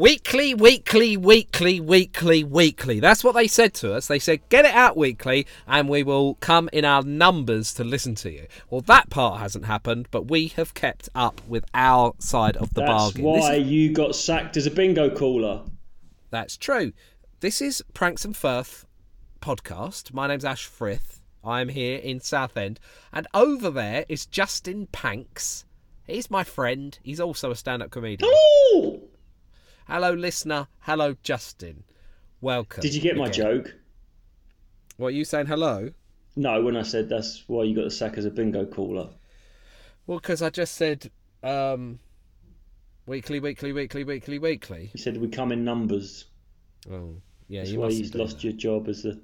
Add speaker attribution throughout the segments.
Speaker 1: Weekly, weekly, weekly, weekly, weekly. That's what they said to us. They said, get it out weekly and we will come in our numbers to listen to you. Well, that part hasn't happened, but we have kept up with our side of the
Speaker 2: That's
Speaker 1: bargain. This
Speaker 2: why
Speaker 1: is-
Speaker 2: you got sacked as a bingo caller.
Speaker 1: that's true. This is Pranks and Firth podcast. My name's Ash Frith. I'm here in Southend. And over there is Justin Panks. He's my friend. He's also a stand up comedian.
Speaker 2: Ooh!
Speaker 1: Hello, listener. Hello, Justin. Welcome.
Speaker 2: Did you get my
Speaker 1: again.
Speaker 2: joke?
Speaker 1: What are you saying? Hello?
Speaker 2: No, when I said that's why you got the sack as a bingo caller.
Speaker 1: Well, because I just said um, weekly, weekly, weekly, weekly, weekly.
Speaker 2: You said we come in numbers.
Speaker 1: Oh, yeah,
Speaker 2: That's
Speaker 1: you
Speaker 2: why
Speaker 1: must
Speaker 2: you lost your job as a.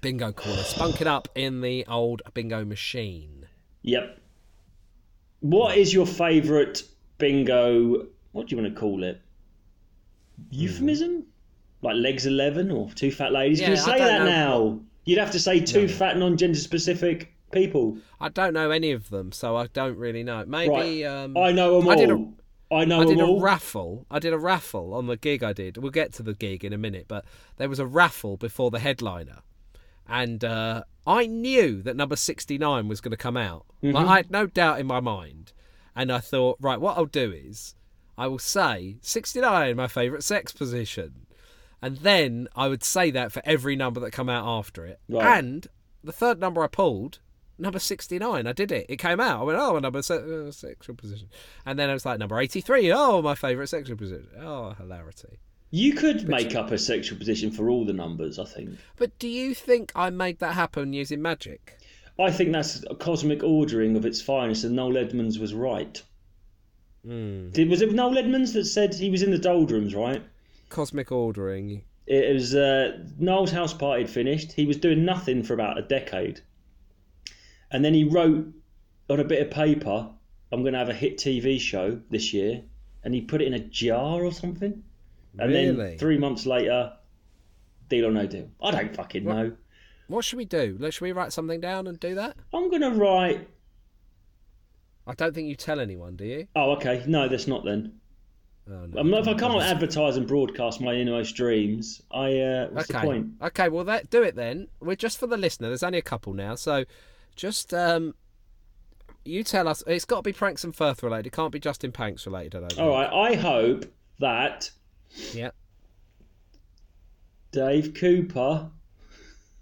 Speaker 1: bingo caller. Spunk it up in the old bingo machine.
Speaker 2: Yep. What is your favourite bingo? What do you want to call it?
Speaker 1: Hmm.
Speaker 2: Euphemism? Like legs eleven or two fat ladies? Can
Speaker 1: Yeah,
Speaker 2: you
Speaker 1: I
Speaker 2: say
Speaker 1: don't
Speaker 2: that
Speaker 1: know.
Speaker 2: now? You'd have to say two fat non-gender specific people.
Speaker 1: I don't know any of them, so I don't really know. Maybe um,
Speaker 2: I know them
Speaker 1: I did a-
Speaker 2: all. I know
Speaker 1: I
Speaker 2: them
Speaker 1: did a
Speaker 2: all.
Speaker 1: raffle. I did a raffle on the gig I did. We'll get to the gig in a minute, but there was a raffle before the headliner, and uh, I knew that number sixty nine was going to come out.
Speaker 2: Mm-hmm.
Speaker 1: Like, I had no doubt in my mind, and I thought, right, what I'll do is I will say sixty nine, my favourite sex position, and then I would say that for every number that come out after it,
Speaker 2: Right.
Speaker 1: and the third number I pulled. Number 69, I did it. It came out. I went, oh, my number se- uh, sexual position. And then I was like, number 83, oh, my favourite sexual position. Oh, hilarity.
Speaker 2: You could make up a sexual position for all the numbers. I think.
Speaker 1: But do you think I made that happen using magic?
Speaker 2: I think that's a cosmic ordering of its finest, and Noel Edmonds was right.
Speaker 1: Hmm.
Speaker 2: Did, was it Noel Edmonds that said he was in the doldrums, right?
Speaker 1: Cosmic ordering.
Speaker 2: It was uh, Noel's house party had finished. He was doing nothing for about a decade. And then he wrote on a bit of paper, I'm going to have a hit TV show this year. And he put it in a jar or something. And
Speaker 1: Really?
Speaker 2: then three months later, deal or no deal. I don't fucking know.
Speaker 1: What should we do? Let- Should we write something down and do that?
Speaker 2: I'm going to write.
Speaker 1: I don't think you tell anyone, do you?
Speaker 2: Oh, okay. No, that's not then.
Speaker 1: Oh, no.
Speaker 2: I'm not, if I can't advertise and broadcast my innermost dreams, I uh, what's
Speaker 1: okay.
Speaker 2: the point?
Speaker 1: Okay, well, that do it then. We're just for the listener. There's only a couple now, so just um, you tell us. It's got to be pranks and Firth related. It can't be Justin Panks related. I don't
Speaker 2: All right. I hope that
Speaker 1: think. Yep.
Speaker 2: Dave Cooper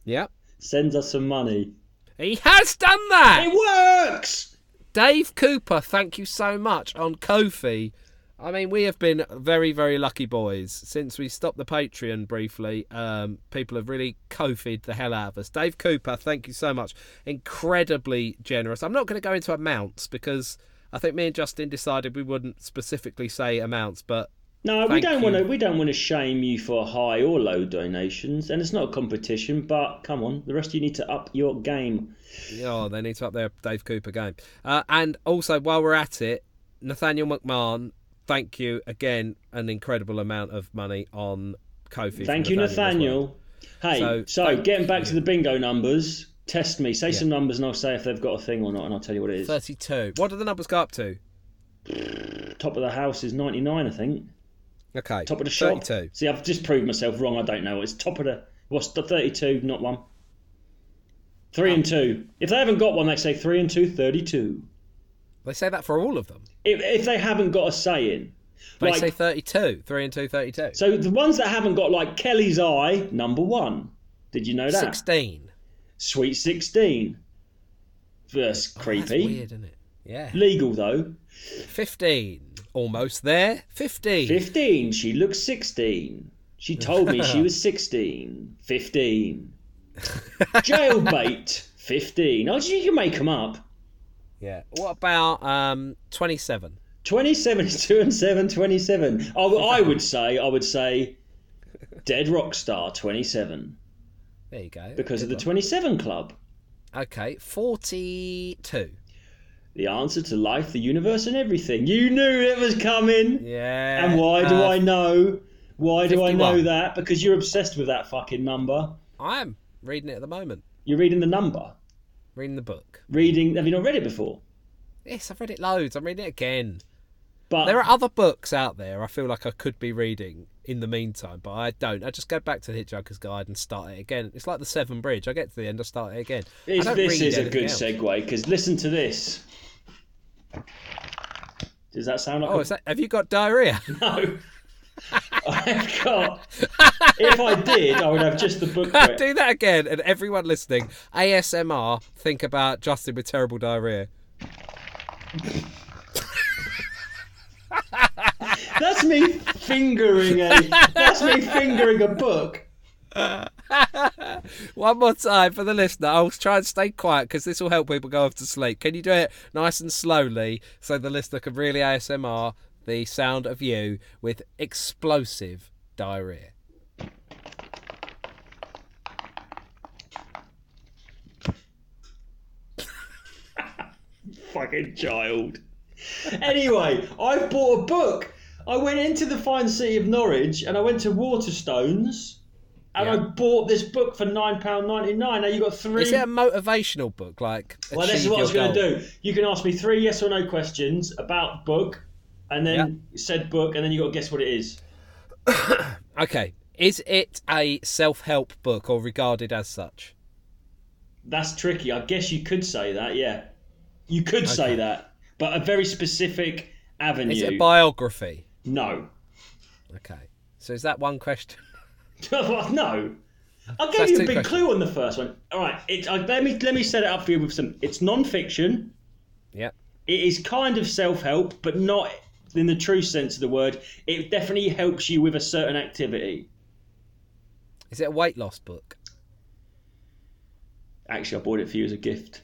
Speaker 1: Yep.
Speaker 2: sends us some money.
Speaker 1: He has done that.
Speaker 2: It works.
Speaker 1: Dave Cooper, thank you so much on Kofi. I mean, we have been very, very lucky boys since we stopped the Patreon briefly. Um, people have really Kofi'd the hell out of us. Dave Cooper, thank you so much. Incredibly generous. I'm not going to go into amounts because I think me and Justin decided we wouldn't specifically say amounts, but
Speaker 2: No, we
Speaker 1: Thank
Speaker 2: don't
Speaker 1: you.
Speaker 2: want to. We don't want to shame you for high or low donations, and it's not a competition. But come on, the rest of you need to up your game.
Speaker 1: Oh, they need to up their Dave Cooper game. Uh, and also, while we're at it, Nathaniel McMahon, thank you again, an incredible amount of money on Kofi. from
Speaker 2: Thank you,
Speaker 1: as well.
Speaker 2: Nathaniel. Hey, so,
Speaker 1: So, thank
Speaker 2: getting back to the bingo numbers, test me. Say some numbers, and I'll say if they've got a thing or not, and I'll tell you what it is.
Speaker 1: 32. What do the numbers go up to?
Speaker 2: Top of the house is ninety nine, I think.
Speaker 1: Okay.
Speaker 2: Top of the shop.
Speaker 1: 32.
Speaker 2: See, I've just proved myself wrong. I don't know. It's top of the. What's the 32, not one? Three and two. If they haven't got one, they say three and two, 32.
Speaker 1: They say that for all of them.
Speaker 2: If, if they haven't got a saying.
Speaker 1: They
Speaker 2: Like,
Speaker 1: say 32. 3 and 2, 32.
Speaker 2: so the ones that haven't got, like Kelly's Eye, number one. Did you know that?
Speaker 1: 16.
Speaker 2: Sweet 16. That's
Speaker 1: Oh,
Speaker 2: creepy.
Speaker 1: That's weird, isn't it? Yeah.
Speaker 2: Legal, though.
Speaker 1: 15. Almost there. 15.
Speaker 2: 15. She looks 16. She told me she was 16. 15. Jailbait. 15. Oh, you can make them up.
Speaker 1: Yeah. What about um 27?
Speaker 2: 27 is 2 and 7, 27. I, w- I would say, I would say Dead Rock Star 27
Speaker 1: There you go.
Speaker 2: because of the 27 Club.
Speaker 1: Okay. 42.
Speaker 2: The answer to life, the universe, and everything. You knew it was coming.
Speaker 1: Yeah.
Speaker 2: And why do
Speaker 1: uh,
Speaker 2: I know? Why do I know
Speaker 1: 51.
Speaker 2: that? Because you're obsessed with that fucking number.
Speaker 1: I am reading it at the moment.
Speaker 2: You're reading the number.
Speaker 1: Reading the book.
Speaker 2: Reading, have you not read it before?
Speaker 1: Yes, I've read it loads. I'm reading it again.
Speaker 2: But
Speaker 1: There are other books out there I feel like I could be reading in the meantime, but I don't. I just go back to the Hitchhiker's Guide and start it again. It's like the Seven Bridge. I get to the end, I start it again. I
Speaker 2: Is-
Speaker 1: don't
Speaker 2: this
Speaker 1: read
Speaker 2: is a
Speaker 1: anything
Speaker 2: good
Speaker 1: else.
Speaker 2: segue because listen to this. Does that sound like
Speaker 1: Oh,
Speaker 2: a
Speaker 1: is that, have you got diarrhea?
Speaker 2: no? I've got. if I did, I would have just the book. For it.
Speaker 1: Do that again, and everyone listening, ASMR, think about Justin with terrible diarrhea.
Speaker 2: That's me fingering a. That's me fingering a book.
Speaker 1: One more time for the listener. I'll try and stay quiet because this will help people go off to sleep. Can you do it nice and slowly so the listener can really ASMR the sound of you with explosive diarrhea?
Speaker 2: fucking child. Anyway, I've bought a book. I went into the fine city of Norwich and I went to Waterstones and
Speaker 1: Yeah.
Speaker 2: I bought this book for £9.99. Now you've got three.
Speaker 1: Is it a motivational book? Like,
Speaker 2: well, this is
Speaker 1: achieve
Speaker 2: what I was
Speaker 1: your
Speaker 2: going
Speaker 1: goal?
Speaker 2: to do. You can ask me three yes or no questions about book and then said book and then you've got to guess what it is.
Speaker 1: Okay. Is it a self help book or regarded as such?
Speaker 2: That's tricky. I guess you could say that, yeah. You could say that, but a very specific avenue.
Speaker 1: Is it a biography?
Speaker 2: no.
Speaker 1: Okay. So is that one question?
Speaker 2: no. I
Speaker 1: That's
Speaker 2: gave you
Speaker 1: two
Speaker 2: a big
Speaker 1: questions.
Speaker 2: clue on the first one. All right, it, uh, let me let me set it up for you with some. It's non-fiction.
Speaker 1: Yep.
Speaker 2: It is kind of self-help, but not in the true sense of the word. It definitely helps you with a certain activity.
Speaker 1: Is it a weight loss book?
Speaker 2: Actually, I bought it for you as a gift.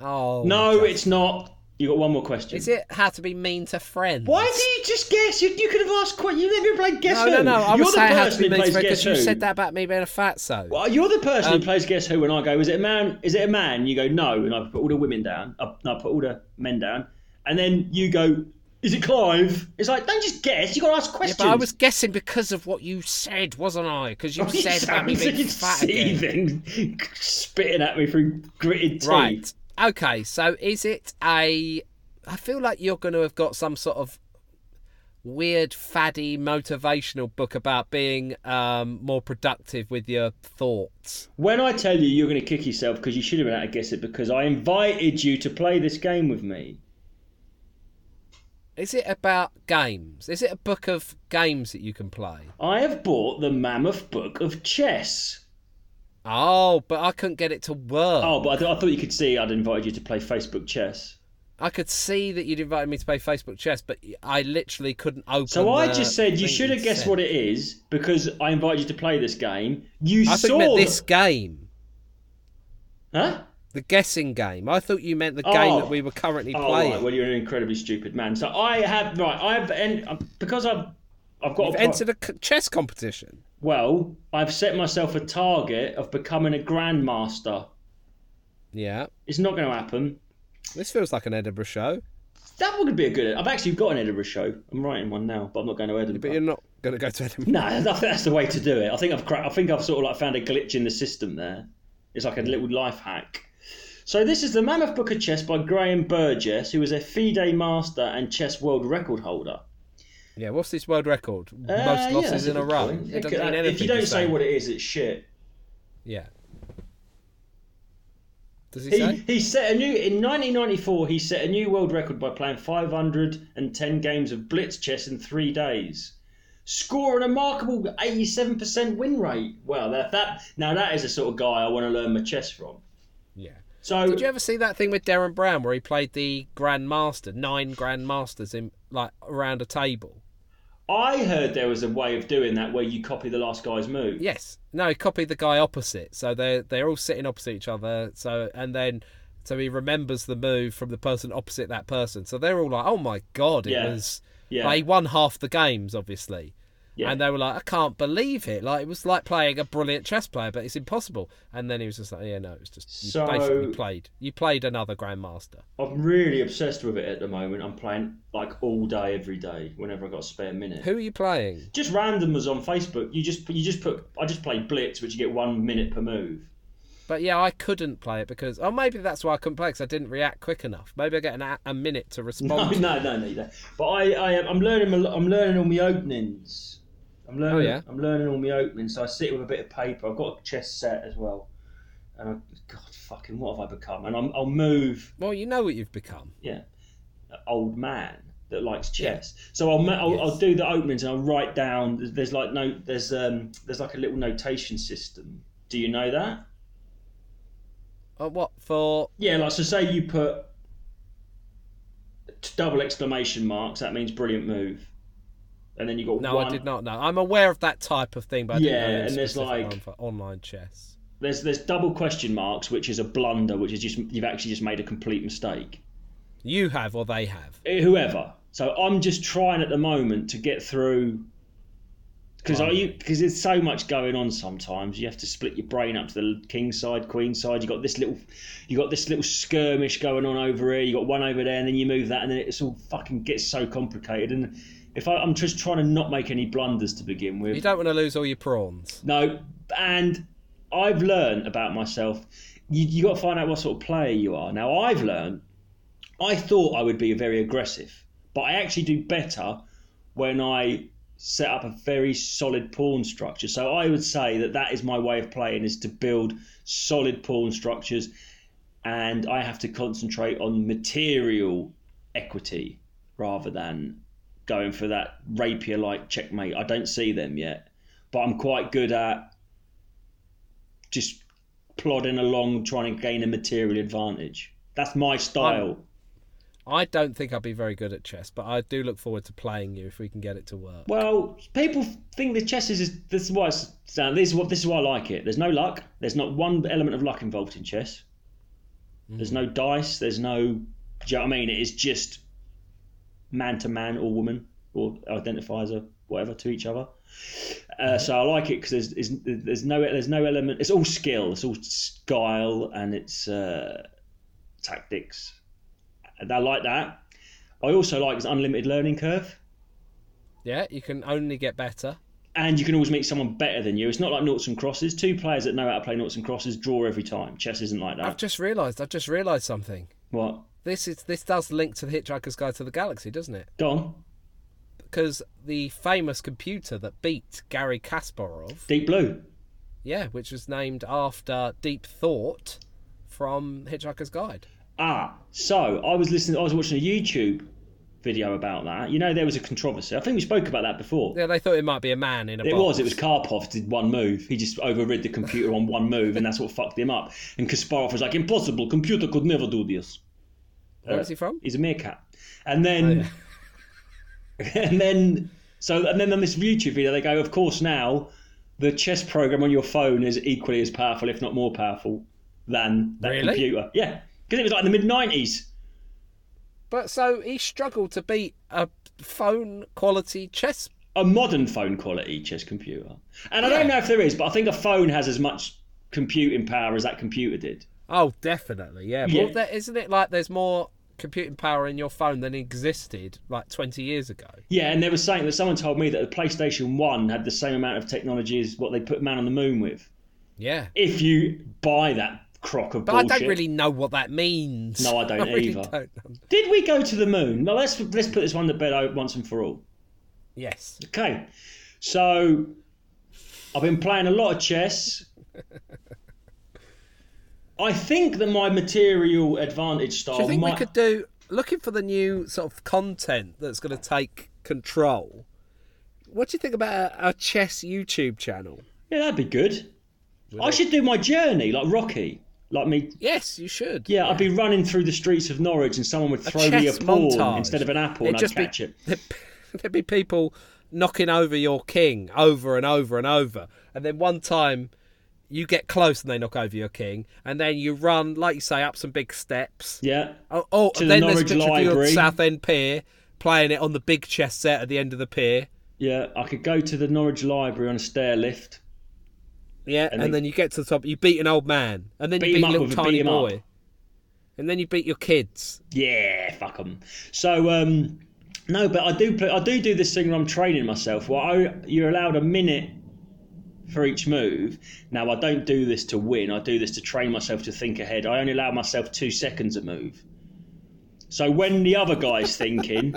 Speaker 1: Oh.
Speaker 2: No,
Speaker 1: Justin.
Speaker 2: it's not. You got one more question.
Speaker 1: Is it how to be mean to friends?
Speaker 2: Why do you just guess? You, you could have asked. Qu- you never played guess
Speaker 1: No, no,
Speaker 2: who.
Speaker 1: no. I
Speaker 2: you're
Speaker 1: was
Speaker 2: the
Speaker 1: saying how to
Speaker 2: person
Speaker 1: be
Speaker 2: who
Speaker 1: mean to
Speaker 2: plays
Speaker 1: friends
Speaker 2: guess
Speaker 1: because
Speaker 2: who.
Speaker 1: you said that about me being a fatso.
Speaker 2: Well, you're the person
Speaker 1: Um,
Speaker 2: who plays Guess Who, and I go, "Is it a man? Is it a man?" You go, "No," and I put all the women down. I, no, I put all the men down, and then you go, "Is it Clive?" It's like, don't just guess. You got to ask
Speaker 1: Yeah,
Speaker 2: questions.
Speaker 1: but I was guessing because of what you said, wasn't I? Because you
Speaker 2: You
Speaker 1: said about
Speaker 2: sound
Speaker 1: me
Speaker 2: like
Speaker 1: being
Speaker 2: you're
Speaker 1: fat again.
Speaker 2: seething, spitting at me through gritted teeth.
Speaker 1: Right. Okay. So is it a? I feel like you're going to have got some sort of weird, faddy, motivational book about being um, more productive with your thoughts.
Speaker 2: When I tell you, you're going to kick yourself because you should have been able to guess it because I invited you to play this game with me.
Speaker 1: Is it about games? Is it a book of games that you can play?
Speaker 2: I have bought the Mammoth Book of Chess.
Speaker 1: Oh, but I couldn't get it to work.
Speaker 2: Oh, but I, th- I thought you could see I'd invited you to play Facebook Chess.
Speaker 1: I could see that you'd invited me to play Facebook chess, but I literally couldn't open.
Speaker 2: So I
Speaker 1: the
Speaker 2: just said you
Speaker 1: thing
Speaker 2: should have
Speaker 1: you'd
Speaker 2: guessed
Speaker 1: sent.
Speaker 2: what it is because I invited you to play this game. You
Speaker 1: I
Speaker 2: saw
Speaker 1: think meant this game,
Speaker 2: huh?
Speaker 1: the guessing game. I thought you meant the
Speaker 2: Oh.
Speaker 1: game that we were currently
Speaker 2: Oh,
Speaker 1: playing.
Speaker 2: right. Well, you're an incredibly stupid man. So I have right. I've and because I've I've got
Speaker 1: You've
Speaker 2: a pro-
Speaker 1: entered a c- chess competition.
Speaker 2: well. I've set myself a target of becoming a grandmaster.
Speaker 1: Yeah,
Speaker 2: It's not going to happen.
Speaker 1: this feels like an Edinburgh show,
Speaker 2: That would be a good. I've actually got an Edinburgh show. I'm writing one now, but I'm not going to Edinburgh.
Speaker 1: but you're not going to go to Edinburgh.
Speaker 2: No, I think that's the way to do it. I think I've cra- I think I've sort of like found a glitch in the system there. It's
Speaker 1: Hmm.
Speaker 2: like a little life hack. So this is the Mammoth Book of Chess by Graham Burgess, who is a FIDE master and chess world record holder.
Speaker 1: Yeah, what's this world record?
Speaker 2: Uh,
Speaker 1: Most
Speaker 2: yeah,
Speaker 1: losses
Speaker 2: that's
Speaker 1: in a
Speaker 2: good
Speaker 1: row.
Speaker 2: point.
Speaker 1: It doesn't
Speaker 2: Okay,
Speaker 1: mean anything.
Speaker 2: if you don't
Speaker 1: to
Speaker 2: say what it is, it's shit.
Speaker 1: yeah. Does he,
Speaker 2: He,
Speaker 1: say?
Speaker 2: he set a new in 1994. He set a new world record by playing 510 games of blitz chess in three days, scoring a remarkable 87% win rate. Well, that, that now that is the sort of guy I want to learn my chess from.
Speaker 1: Yeah.
Speaker 2: So
Speaker 1: Did you ever see that thing with Darren Brown where he played the Grandmaster, nine Grandmasters in like around a table?
Speaker 2: I heard there was a way of doing that where you copy the last guy's move.
Speaker 1: Yes. No, he copied the guy opposite. So they're they're all sitting opposite each other. So and then so he remembers the move from the person opposite that person. So they're all like, "Oh my god, it
Speaker 2: Yeah.
Speaker 1: was."
Speaker 2: Yeah.
Speaker 1: Like, he won half the games, obviously.
Speaker 2: Yeah.
Speaker 1: And they were like, "I can't believe it! Like it was like playing a brilliant chess player, but it's impossible." And then he was just like, "Yeah, no, it was just you
Speaker 2: So-
Speaker 1: basically played. You played another grandmaster."
Speaker 2: I'm really obsessed with it at the moment. I'm playing like all day, every day, whenever I got a spare minute.
Speaker 1: Who are you playing?
Speaker 2: Just random was on Facebook. You just you just put I just play blitz, which you get one minute per move.
Speaker 1: But yeah, I couldn't play it because, oh, maybe that's why I couldn't play because I didn't react quick enough. Maybe I get an, a a minute to
Speaker 2: No,
Speaker 1: respond.
Speaker 2: no, no, no. you don't. But I, I am, I'm learning. my- I'm learning all my openings. I'm learning.
Speaker 1: Oh, yeah?
Speaker 2: I'm learning all my openings. So I sit with a bit of paper. I've got a chess set as well. And I, God, fucking, what have I become? And I'm, I'll move.
Speaker 1: Well, you know what you've become.
Speaker 2: Yeah, an old man that likes chess. So I'll, ma- I'll, I'll do the openings and I'll write down. There's, there's like no. There's um. There's like a little notation system. Do you know that?
Speaker 1: Oh, what for?
Speaker 2: Yeah, like so. Say you put t- double exclamation marks. That means brilliant move. And then you got
Speaker 1: No,
Speaker 2: one.
Speaker 1: I did not know. I'm aware of that type of thing, but I
Speaker 2: Yeah,
Speaker 1: didn't know it was
Speaker 2: and there's
Speaker 1: specific
Speaker 2: like-
Speaker 1: one for online chess.
Speaker 2: There's there's double question marks, which is a blunder, which is just you've actually just made a complete mistake.
Speaker 1: You have or they have.
Speaker 2: Eh, Whoever. So I'm just trying at the moment to get through. Because are you? Because there's so much going on. Sometimes you have to split your brain up to the king side, queen side. You got this little, you got this little skirmish going on over here. You got one over there, and then you move that, and then it's all fucking gets so complicated. And if I, I'm just trying to not make any blunders to begin with,
Speaker 1: You don't want to lose all your prawns.
Speaker 2: no, and I've learned about myself. You, you got to find out what sort of player you are. Now, I've learned. I thought I would be very aggressive, but I actually do better when I set up a very solid pawn structure. So I would say that that is my way of playing: is to build solid pawn structures, and I have to concentrate on material equity rather than going for that rapier-like checkmate. I don't see them yet but I'm quite good at just plodding along, trying to gain a material advantage. That's my style.
Speaker 1: I don't think I'll be very good at chess, but I do look forward to playing you if we can get it to work.
Speaker 2: Well, people think the chess is is- this is why it's, this is what this is why I like it. There's no luck. There's not one element of luck involved in chess. There's no dice. There's no. Do you know what I mean? It is just man to man or woman or identifies or whatever to each other. Uh, so I like it because there's, is- there's no there's no element. It's all skill. It's all style and it's uh, tactics. And I like that. I also like it's unlimited learning curve
Speaker 1: Yeah, you can only get better.
Speaker 2: and you can always make someone better than you. It's not like noughts and crosses. Two players that know how to play noughts and crosses draw every time. Chess isn't like that.
Speaker 1: I've just realised. I've just realised something.
Speaker 2: What?
Speaker 1: This is this does link to the Hitchhiker's Guide to the Galaxy, doesn't it?
Speaker 2: Go on.
Speaker 1: Because the famous computer that beat Gary Kasparov,
Speaker 2: Deep blue.
Speaker 1: yeah, which was named after Deep Thought from Hitchhiker's Guide.
Speaker 2: Ah, so I was listening. I was watching a YouTube video about that. You know, there was a controversy. I think we spoke about that before.
Speaker 1: Yeah, they thought it might be a man in a
Speaker 2: It
Speaker 1: box.
Speaker 2: was. It was Karpov did one move. He just overrid the computer on one move, and that's what fucked him up. And Kasparov was like, "Impossible! Computer could never do this."
Speaker 1: Where is he from?
Speaker 2: He's a meerkat. And
Speaker 1: Oh,
Speaker 2: then, and then, so and then on this YouTube video, they go, of course, now the chess program on your phone is equally as powerful, if not more powerful, than that
Speaker 1: Really?
Speaker 2: computer. Yeah, because it was like in the mid '90s.
Speaker 1: But so he struggled to beat a phone quality chess.
Speaker 2: a modern phone quality chess computer. And I don't know if there is, but I think a phone has as much computing power as that computer did.
Speaker 1: Oh, definitely, yeah.
Speaker 2: Yeah.
Speaker 1: Well, there, isn't it like there's more computing power in your phone than existed like 20 years ago?
Speaker 2: Yeah, and they were saying that someone told me that the PlayStation 1 had the same amount of technology as what they put man on the moon with.
Speaker 1: Yeah.
Speaker 2: If you buy that crock of
Speaker 1: But
Speaker 2: bullshit.
Speaker 1: I don't really know what that means.
Speaker 2: No, I don't
Speaker 1: really
Speaker 2: either.
Speaker 1: don't know.
Speaker 2: Did we go to the moon? Well, let's let's put this one to bed out once and for all.
Speaker 1: Yes.
Speaker 2: Okay. So I've been playing a lot of chess. I think that my material advantage style
Speaker 1: Do you think
Speaker 2: might
Speaker 1: we could do looking for the new sort of content that's going to take control? What do you think about a, a chess YouTube channel?
Speaker 2: Yeah, that'd be good. I should do my journey like Rocky, like me.
Speaker 1: Yes, you should.
Speaker 2: Yeah, I'd be running through the streets of Norwich, and someone would throw me a
Speaker 1: chess
Speaker 2: pawn
Speaker 1: montage.
Speaker 2: instead of an apple,
Speaker 1: It'd
Speaker 2: and I'd
Speaker 1: just be
Speaker 2: catch it.
Speaker 1: there'd, be- there'd be people knocking over your king over and over and over, and then one time you get close and they knock over your king, and then you run like you say up some big steps.
Speaker 2: Yeah,
Speaker 1: Oh, oh
Speaker 2: the
Speaker 1: and then there's a picture
Speaker 2: Norwich
Speaker 1: of you on
Speaker 2: Library.
Speaker 1: Southend Pier playing it on the big chess set at the end of the pier.
Speaker 2: yeah. I could go to the Norwich Library on a stair lift.
Speaker 1: Yeah, and,
Speaker 2: then-
Speaker 1: then you get to the top, you beat an old man, and then
Speaker 2: Beat
Speaker 1: you
Speaker 2: him
Speaker 1: beat a
Speaker 2: up
Speaker 1: little
Speaker 2: with a beat
Speaker 1: tiny
Speaker 2: him up.
Speaker 1: boy, and then you beat your kids.
Speaker 2: Yeah, fuck 'em. So, um, no, but I do play, I do do this thing where I'm training myself. Well, I, you're allowed a minute for each move. Now, I don't do this to win. I do this to train myself to think ahead. I only allow myself two seconds a move. So when the other guy's thinking,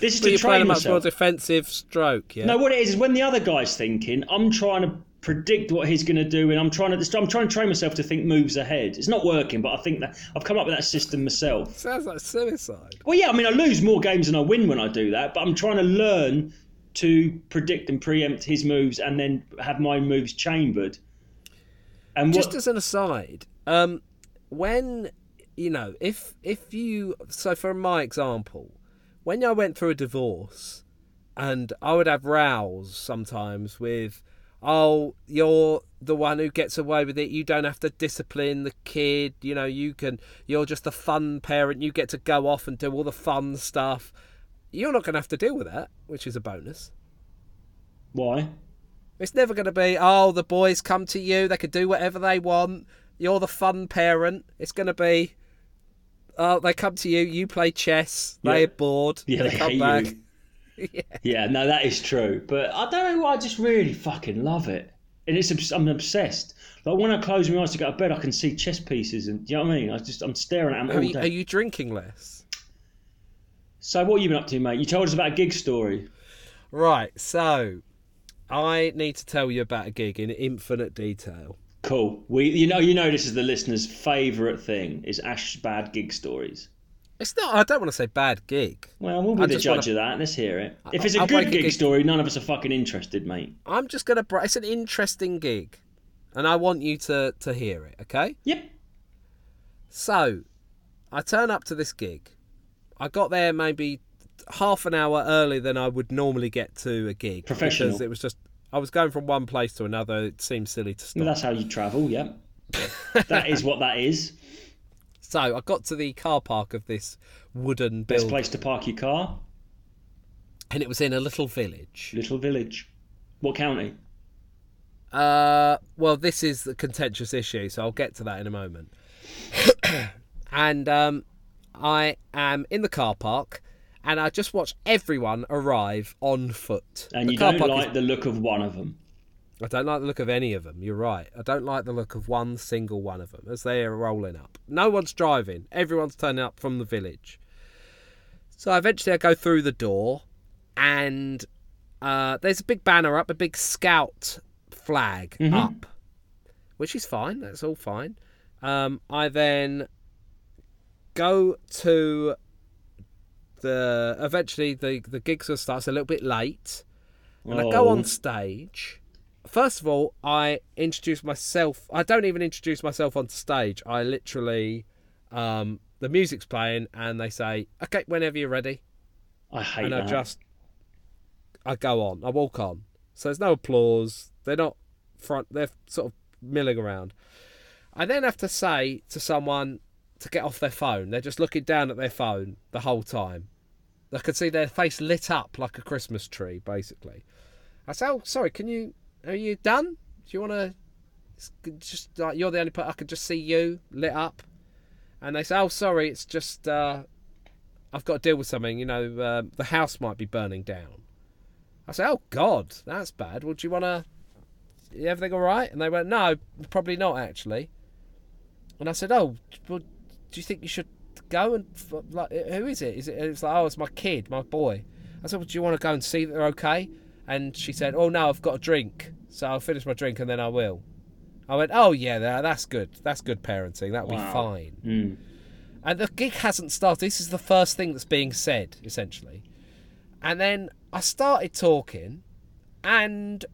Speaker 2: this is
Speaker 1: So
Speaker 2: to
Speaker 1: you're playing a
Speaker 2: train
Speaker 1: much more
Speaker 2: myself.
Speaker 1: defensive stroke, yeah?
Speaker 2: No, what it is is when the other guy's thinking, I'm trying to predict what he's going to do, and I'm trying to I'm trying to train myself to think moves ahead. It's not working, but I think that I've come up with that system myself.
Speaker 1: Sounds like suicide.
Speaker 2: Well, yeah, I mean, I lose more games than I win when I do that, but I'm trying to learn to predict and preempt his moves, and then have my moves chambered. And what,
Speaker 1: Just as an aside, um, when you know, if if you so for my example, when I went through a divorce, and I would have rows sometimes with, oh, you're the one who gets away with it. You don't have to discipline the kid. You know, you can. You're just a fun parent. You get to go off and do all the fun stuff. You're not going to have to deal with that, which is a bonus.
Speaker 2: why?
Speaker 1: It's never going to be, oh, the boys come to you, they can do whatever they want, you're the fun parent. It's going to be, oh, they come to you, you play chess,
Speaker 2: Yeah.
Speaker 1: they're bored,
Speaker 2: Yeah,
Speaker 1: they,
Speaker 2: they
Speaker 1: come
Speaker 2: hate
Speaker 1: back.
Speaker 2: you. Yeah, no, that is true. But I don't know why I just really fucking love it, and it's obs- I'm obsessed. Like when I close my eyes to go to bed, I can see chess pieces, and do you know what I mean? I just I'm staring at them all
Speaker 1: Are you, are
Speaker 2: day.
Speaker 1: you drinking less?
Speaker 2: So what have you been up to, mate? You told us about a gig story.
Speaker 1: Right, so I need to tell you about a gig in infinite detail.
Speaker 2: Cool. We you know you know this is the listener's favourite thing is Ash's bad gig stories.
Speaker 1: It's not, I don't want to say bad gig.
Speaker 2: Well, we'll be
Speaker 1: I
Speaker 2: the
Speaker 1: just wanna-
Speaker 2: judge of that. Let's hear it. If it's a
Speaker 1: I'll
Speaker 2: good
Speaker 1: break a
Speaker 2: gig
Speaker 1: gig-
Speaker 2: story, none of us are fucking interested, mate.
Speaker 1: I'm just going to, it's an interesting gig, and I want you to, to hear it, okay?
Speaker 2: Yep.
Speaker 1: So, I turn up to this gig. I got there maybe half an hour earlier than I would normally get to a gig.
Speaker 2: Professional.
Speaker 1: Because it was just, I was going from one place to another. It seemed silly to
Speaker 2: Well,
Speaker 1: stop.
Speaker 2: that's how you travel. Yep. that is what that is.
Speaker 1: So, I got to the car park of this wooden
Speaker 2: Best
Speaker 1: building,
Speaker 2: place to park your car.
Speaker 1: and it was in a little village.
Speaker 2: Little village. What county?
Speaker 1: Uh, well, this is the contentious issue, so I'll get to that in a moment. and um, I am in the car park, and I just watch everyone arrive on foot.
Speaker 2: And
Speaker 1: the
Speaker 2: you
Speaker 1: car
Speaker 2: don't
Speaker 1: park is
Speaker 2: like the look of one of them.
Speaker 1: I don't like the look of any of them. You're right. I don't like the look of one single one of them as they are rolling up. No one's driving. Everyone's turning up from the village. So eventually, I go through the door, and uh, there's a big banner up, a big scout flag up, which is fine. That's all fine. Um, I then go to the. Eventually, the the gig sort of starts a little bit late and I go
Speaker 2: Oh.
Speaker 1: on stage. First of all, I introduce myself. I don't even introduce myself on stage. I literally, um, the music's playing, and they say, "Okay, whenever you're ready,"
Speaker 2: I hate
Speaker 1: and I
Speaker 2: that.
Speaker 1: just, I go on. I walk on. So there's no applause. They're not front. They're sort of milling around. I then have to say to someone to get off their phone. They're just looking down at their phone the whole time. I could see their face lit up like a Christmas tree, basically. I said, "Oh, sorry, can you? Are you done? Do you want to? Just like you're the only person I could just see you lit up." And they say, "Oh, sorry, it's just uh, I've got to deal with something. You know, um the house might be burning down." I say, "Oh God, that's bad. Would you want to? Everything all right?" And they went, "No, probably not actually." And I said, "Oh, well, do you think you should go and f- like who is it? Is it?" It's like, "Oh, it's my kid, my boy." I said, well, "Do you want to go and see that they're okay?" And she said, "Oh no, I've got a drink, so I'll finish my drink and then I will." I went, "Oh yeah, tha- that's good. That's good parenting. That'll
Speaker 2: Wow.
Speaker 1: be fine."
Speaker 2: Mm.
Speaker 1: And the gig hasn't started. This is the first thing that's being said, essentially. And then I started talking, and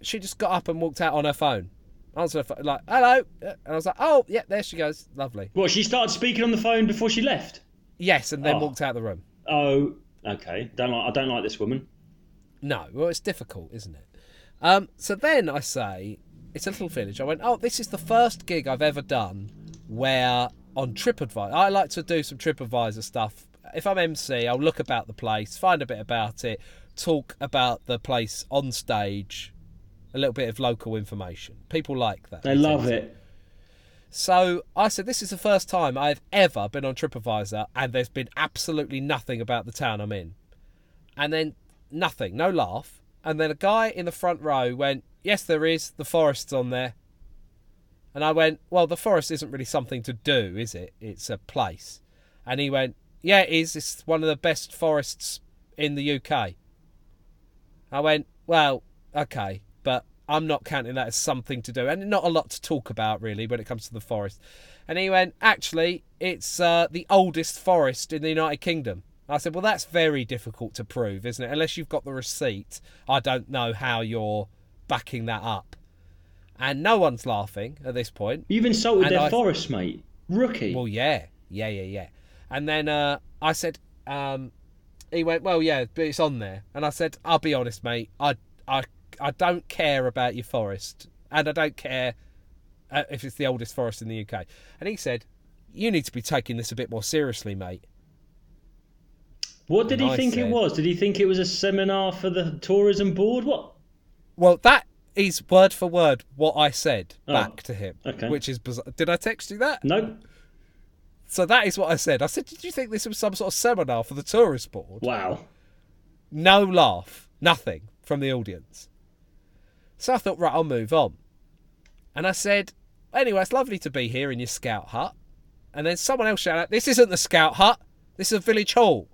Speaker 1: she just got up and walked out on her phone. Answered her phone, like, hello. And I was like, oh, yeah, there she goes. Lovely.
Speaker 2: Well, she started speaking on the phone before she left.
Speaker 1: Yes, and then
Speaker 2: Oh.
Speaker 1: walked out of the room.
Speaker 2: Oh, okay. Don't like. I don't like this woman.
Speaker 1: No, well, it's difficult, isn't it? Um, so then I say, it's a little village. I went, oh, this is the first gig I've ever done where on TripAdvisor, I like to do some TripAdvisor stuff. If I'm MC, I'll look about the place, find a bit about it, talk about the place on stage, a little bit of local information. People like that.
Speaker 2: They love it.
Speaker 1: So I said, this is the first time I've ever been on TripAdvisor and there's been absolutely nothing about the town I'm in. And then nothing, no laugh. And then a guy in the front row went, yes, there is. The forest's on there. And I went, well, the forest isn't really something to do, is it? It's a place. And he went, yeah, it is. It's one of the best forests in the UK. I went, well, okay, but I'm not counting that as something to do, and not a lot to talk about really when it comes to the forest. And he went, actually, it's uh, the oldest forest in the United Kingdom. I said, well, that's very difficult to prove, isn't it? Unless you've got the receipt, I don't know how you're backing that up. And no one's laughing at this point.
Speaker 2: You've insulted
Speaker 1: And
Speaker 2: their
Speaker 1: I-
Speaker 2: forest, mate. Rookie.
Speaker 1: Well, yeah, yeah, yeah, yeah. And then uh, I said, um, he went, well, yeah, but it's on there. And I said, I'll be honest, mate, I, I, I don't care about your forest, and I don't care uh, if it's the oldest forest in the UK. And he said, you need to be taking this a bit more seriously, mate.
Speaker 2: what did
Speaker 1: and
Speaker 2: he
Speaker 1: I
Speaker 2: think
Speaker 1: said-
Speaker 2: it was? Did he think it was a seminar for the tourism board? What?
Speaker 1: Well, that is word for word what I said back to him,
Speaker 2: okay.
Speaker 1: which is bizarre. Did I text you that?
Speaker 2: Nope.
Speaker 1: So that is what I said. I said, did you think this was some sort of seminar for the tourist board?
Speaker 2: Wow.
Speaker 1: No laugh, nothing from the audience. So I thought, right, I'll move on. And I said, anyway, it's lovely to be here in your scout hut. And then someone else shouted out, this isn't the scout hut, this is a village hall.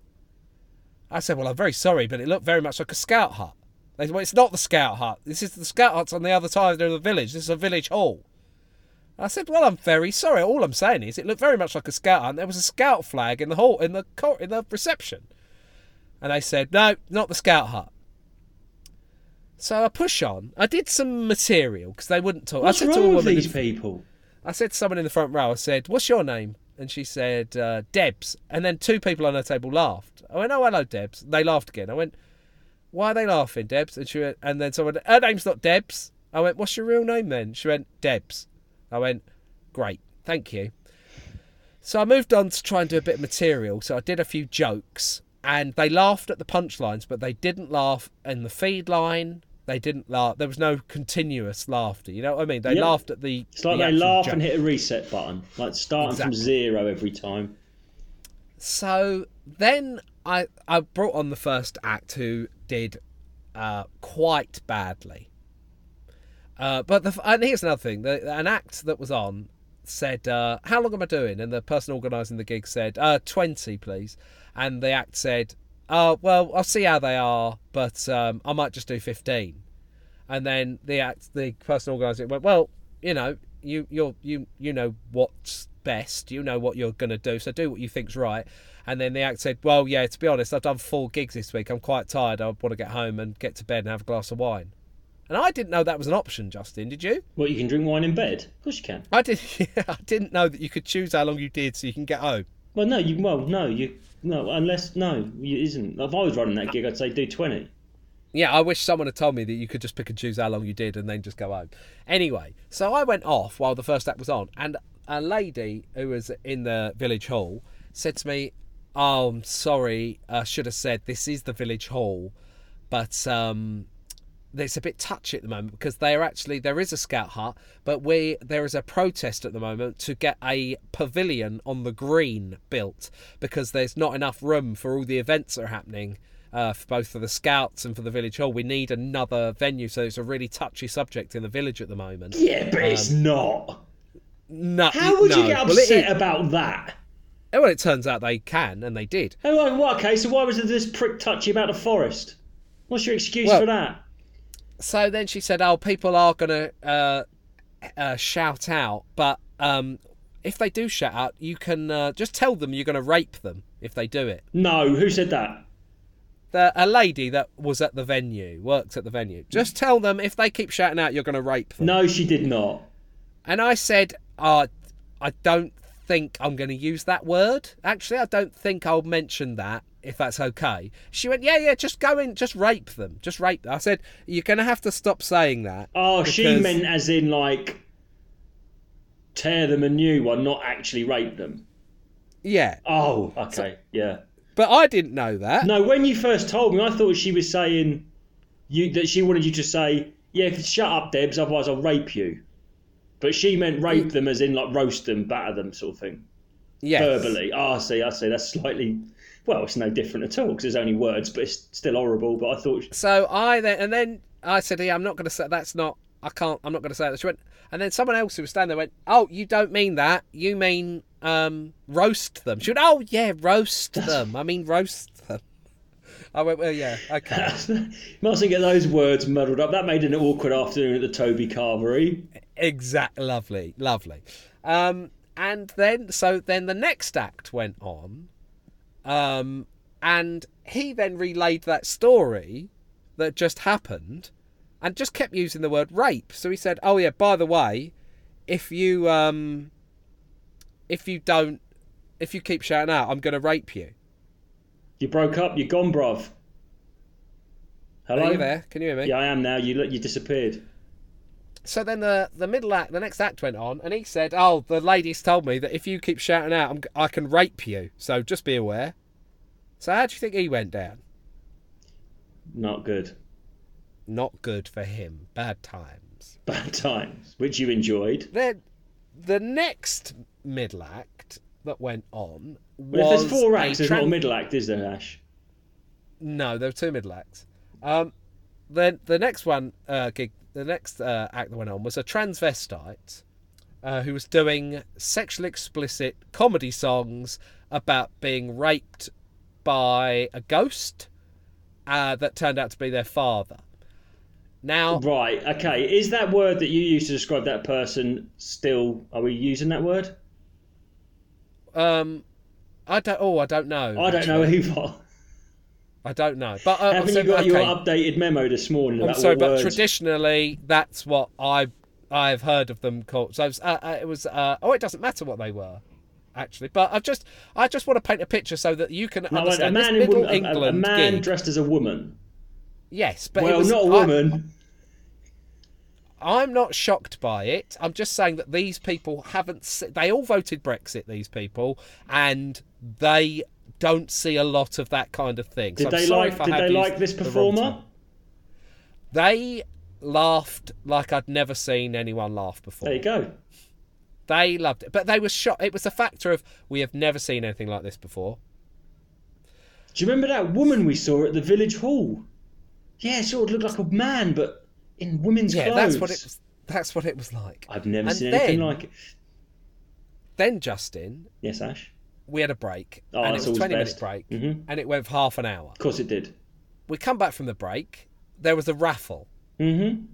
Speaker 1: I said, well, I'm very sorry, but it looked very much like a scout hut. They said, well, it's not the scout hut. This is the scout hut's on the other side of the village. This is a village hall. I said, well, I'm very sorry. All I'm saying is, it looked very much like a scout hut. And there was a scout flag in the hall, in the cor- in the reception. And they said, no, not the Scout Hut. So I push on. I did some material because they wouldn't talk.
Speaker 2: What's
Speaker 1: I said to a
Speaker 2: wrong with
Speaker 1: woman,
Speaker 2: these people?
Speaker 1: I said to someone in the front row, I said, what's your name? And she said, uh, Debs. And then two people on her table laughed. I went, oh, hello, Debs. They laughed again. I went, why are they laughing, Debs? And she went, and then someone, her name's not Debs. I went, what's your real name then? She went, Debs. I went, great, thank you. So I moved on to try and do a bit of material. So I did a few jokes, and they laughed at the punchlines, but they didn't laugh in the feed line. They didn't laugh. There was no continuous laughter. You know what I mean? They
Speaker 2: Yeah.
Speaker 1: laughed at the.
Speaker 2: It's like
Speaker 1: the
Speaker 2: they
Speaker 1: actual
Speaker 2: laugh
Speaker 1: joke.
Speaker 2: and hit a reset button, like starting from
Speaker 1: Exactly.
Speaker 2: zero every time.
Speaker 1: So then I I brought on the first act who did uh, quite badly. Uh, but the, and here's another thing: the, an act that was on said, uh, "How long am I doing?" And the person organising the gig said, uh, 20, please." And the act said, uh, "Well, I'll see how they are, but um, I might just do 15. And then the act, the person organising it went, "Well, you know, you you're, you you know what's best. You know what you're gonna do. So do what you think's right." And then the act said, "Well, yeah, to be honest, I've done four gigs this week. I'm quite tired. I want to get home and get to bed and have a glass of wine." And I didn't know that was an option, Justin. Did you?
Speaker 2: Well, you can drink wine in bed. Of course you can.
Speaker 1: I did. I didn't know that you could choose how long you did so you can get home.
Speaker 2: Well, no, you. Well, no, you. No, unless no, you isn't. If I was running that gig, I'd say do twenty.
Speaker 1: Yeah, I wish someone had told me that you could just pick and choose how long you did and then just go home. Anyway, so I went off while the first act was on, and a lady who was in the village hall said to me, "Oh, I'm sorry, I should have said this is the village hall, but um, it's a bit touchy at the moment because they are actually there is a scout hut, but we there is a protest at the moment to get a pavilion on the green built because there's not enough room for all the events that are happening. Uh, for both for the scouts and for the village hall, we need another venue. So it's a really touchy subject in the village at the moment.
Speaker 2: Yeah, but it's not.
Speaker 1: No,
Speaker 2: How would you
Speaker 1: Um, no.
Speaker 2: get
Speaker 1: Well, it
Speaker 2: upset
Speaker 1: is-
Speaker 2: about that?
Speaker 1: well, it turns out they can, and they did.
Speaker 2: Oh, well, well, okay. So why was this prick touchy about the forest? What's your excuse
Speaker 1: Well-
Speaker 2: for that?
Speaker 1: so then she said, "Oh, people are gonna uh, uh, shout out, but um, if they do shout out, you can uh, just tell them you're gonna rape them if they do it."
Speaker 2: No, who said that?
Speaker 1: The, a lady that was at the venue worked at the venue. Just tell them if they keep shouting out, you're gonna rape them.
Speaker 2: No, she did not.
Speaker 1: And I said, uh, I don't think I'm going to use that word. Actually, I don't think I'll mention that if that's okay. She went, Yeah, yeah, just go in, just rape them. Just rape them. I said, You're going to have to stop saying that.
Speaker 2: Oh, she
Speaker 1: Because-
Speaker 2: meant as in like tear them a new one, not actually rape them.
Speaker 1: Yeah.
Speaker 2: Oh, okay, yeah.
Speaker 1: But I didn't know that.
Speaker 2: No, when you first told me, I thought she was saying you that she wanted you to say, "Yeah, shut up, Debs, otherwise I'll rape you." But she meant rape them as in like roast them, batter them, sort of thing,
Speaker 1: Yes.
Speaker 2: verbally. Oh, I see, I see. That's slightly, well, it's no different at all because there's only words, but it's still horrible. But I thought,
Speaker 1: So I then and then I said, yeah, I'm not going to say that's not. I can't. I'm not going to say that. She went, and then someone else who was standing there went, oh, you don't mean that. You mean um, roast them. She went, oh yeah, roast them. I mean roast them. I went, well, yeah, okay.
Speaker 2: Mustn't get those words muddled up. That made an awkward afternoon at the Toby Carvery.
Speaker 1: exact lovely lovely um and then so then the next act went on um and he then relayed that story that just happened and just kept using the word rape so he said oh yeah by the way if you um if you don't if you keep shouting out i'm going to rape you
Speaker 2: You broke up. You're gone, bruv. Hello.
Speaker 1: are you there can you hear me
Speaker 2: Yeah, I am now. You look. You disappeared.
Speaker 1: so then the the middle act the next act went on and he said oh the ladies told me that if you keep shouting out I'm, g- i can rape you so just be aware so how do you think he went down
Speaker 2: Not good.
Speaker 1: not good for him bad times
Speaker 2: Bad times, which you enjoyed.
Speaker 1: then the next middle act that went on
Speaker 2: But
Speaker 1: was
Speaker 2: if there's four
Speaker 1: a
Speaker 2: acts, there's not a
Speaker 1: tran-
Speaker 2: middle act, is there, Ash?
Speaker 1: No, there were two middle acts. Um, then the next one uh, gig, the next uh, act that went on was a transvestite uh, who was doing sexually explicit comedy songs about being raped by a ghost uh, that turned out to be their father. Now,
Speaker 2: Right. Okay. Is that word that you used to describe that person still? Are we using that word?
Speaker 1: um, I don't. Oh, I don't know.
Speaker 2: I don't know either.
Speaker 1: I don't know. But uh,
Speaker 2: Haven't
Speaker 1: so-
Speaker 2: you got your
Speaker 1: okay.
Speaker 2: updated memo this morning
Speaker 1: I'm
Speaker 2: about
Speaker 1: sorry,
Speaker 2: what
Speaker 1: but
Speaker 2: words?
Speaker 1: traditionally, that's what I I've heard of them called. So it's, uh, uh, it was. Uh, oh, it doesn't matter what they were, actually. But I just I just want to paint a picture so that you can
Speaker 2: No, a- a
Speaker 1: understand
Speaker 2: man,
Speaker 1: this
Speaker 2: in,
Speaker 1: Middle
Speaker 2: wo- a- a, a
Speaker 1: England
Speaker 2: man
Speaker 1: gig.
Speaker 2: dressed as a woman.
Speaker 1: yes, but it
Speaker 2: well,
Speaker 1: was-
Speaker 2: not a
Speaker 1: I-
Speaker 2: woman.
Speaker 1: I'm not shocked by it. I'm just saying that these people haven't. Se- they all voted Brexit. These people, and they don't see a lot of that kind of thing. so
Speaker 2: Did
Speaker 1: I'm
Speaker 2: they
Speaker 1: sorry
Speaker 2: like?
Speaker 1: if I
Speaker 2: Did
Speaker 1: have
Speaker 2: they
Speaker 1: used
Speaker 2: like this
Speaker 1: the wrong
Speaker 2: performer?
Speaker 1: term. They laughed like I'd never seen anyone laugh before.
Speaker 2: There you go.
Speaker 1: They loved it, but they were shocked. It was a factor of we have never seen anything like this before.
Speaker 2: Do you remember that woman we saw at the village hall? Yeah, sort of looked like a man, but in women's
Speaker 1: Yeah,
Speaker 2: clothes.
Speaker 1: that's what it was. That's what it was like.
Speaker 2: I've never
Speaker 1: And
Speaker 2: seen anything
Speaker 1: then-
Speaker 2: like it.
Speaker 1: Then Justin,
Speaker 2: Yes, Ash.
Speaker 1: we had a break,
Speaker 2: Oh,
Speaker 1: and
Speaker 2: that's
Speaker 1: it was
Speaker 2: always
Speaker 1: twenty minutes
Speaker 2: best.
Speaker 1: break,
Speaker 2: Mhm.
Speaker 1: and it went for half an hour.
Speaker 2: Of course it did.
Speaker 1: We come back from the break. There was a raffle.
Speaker 2: Mm-hmm.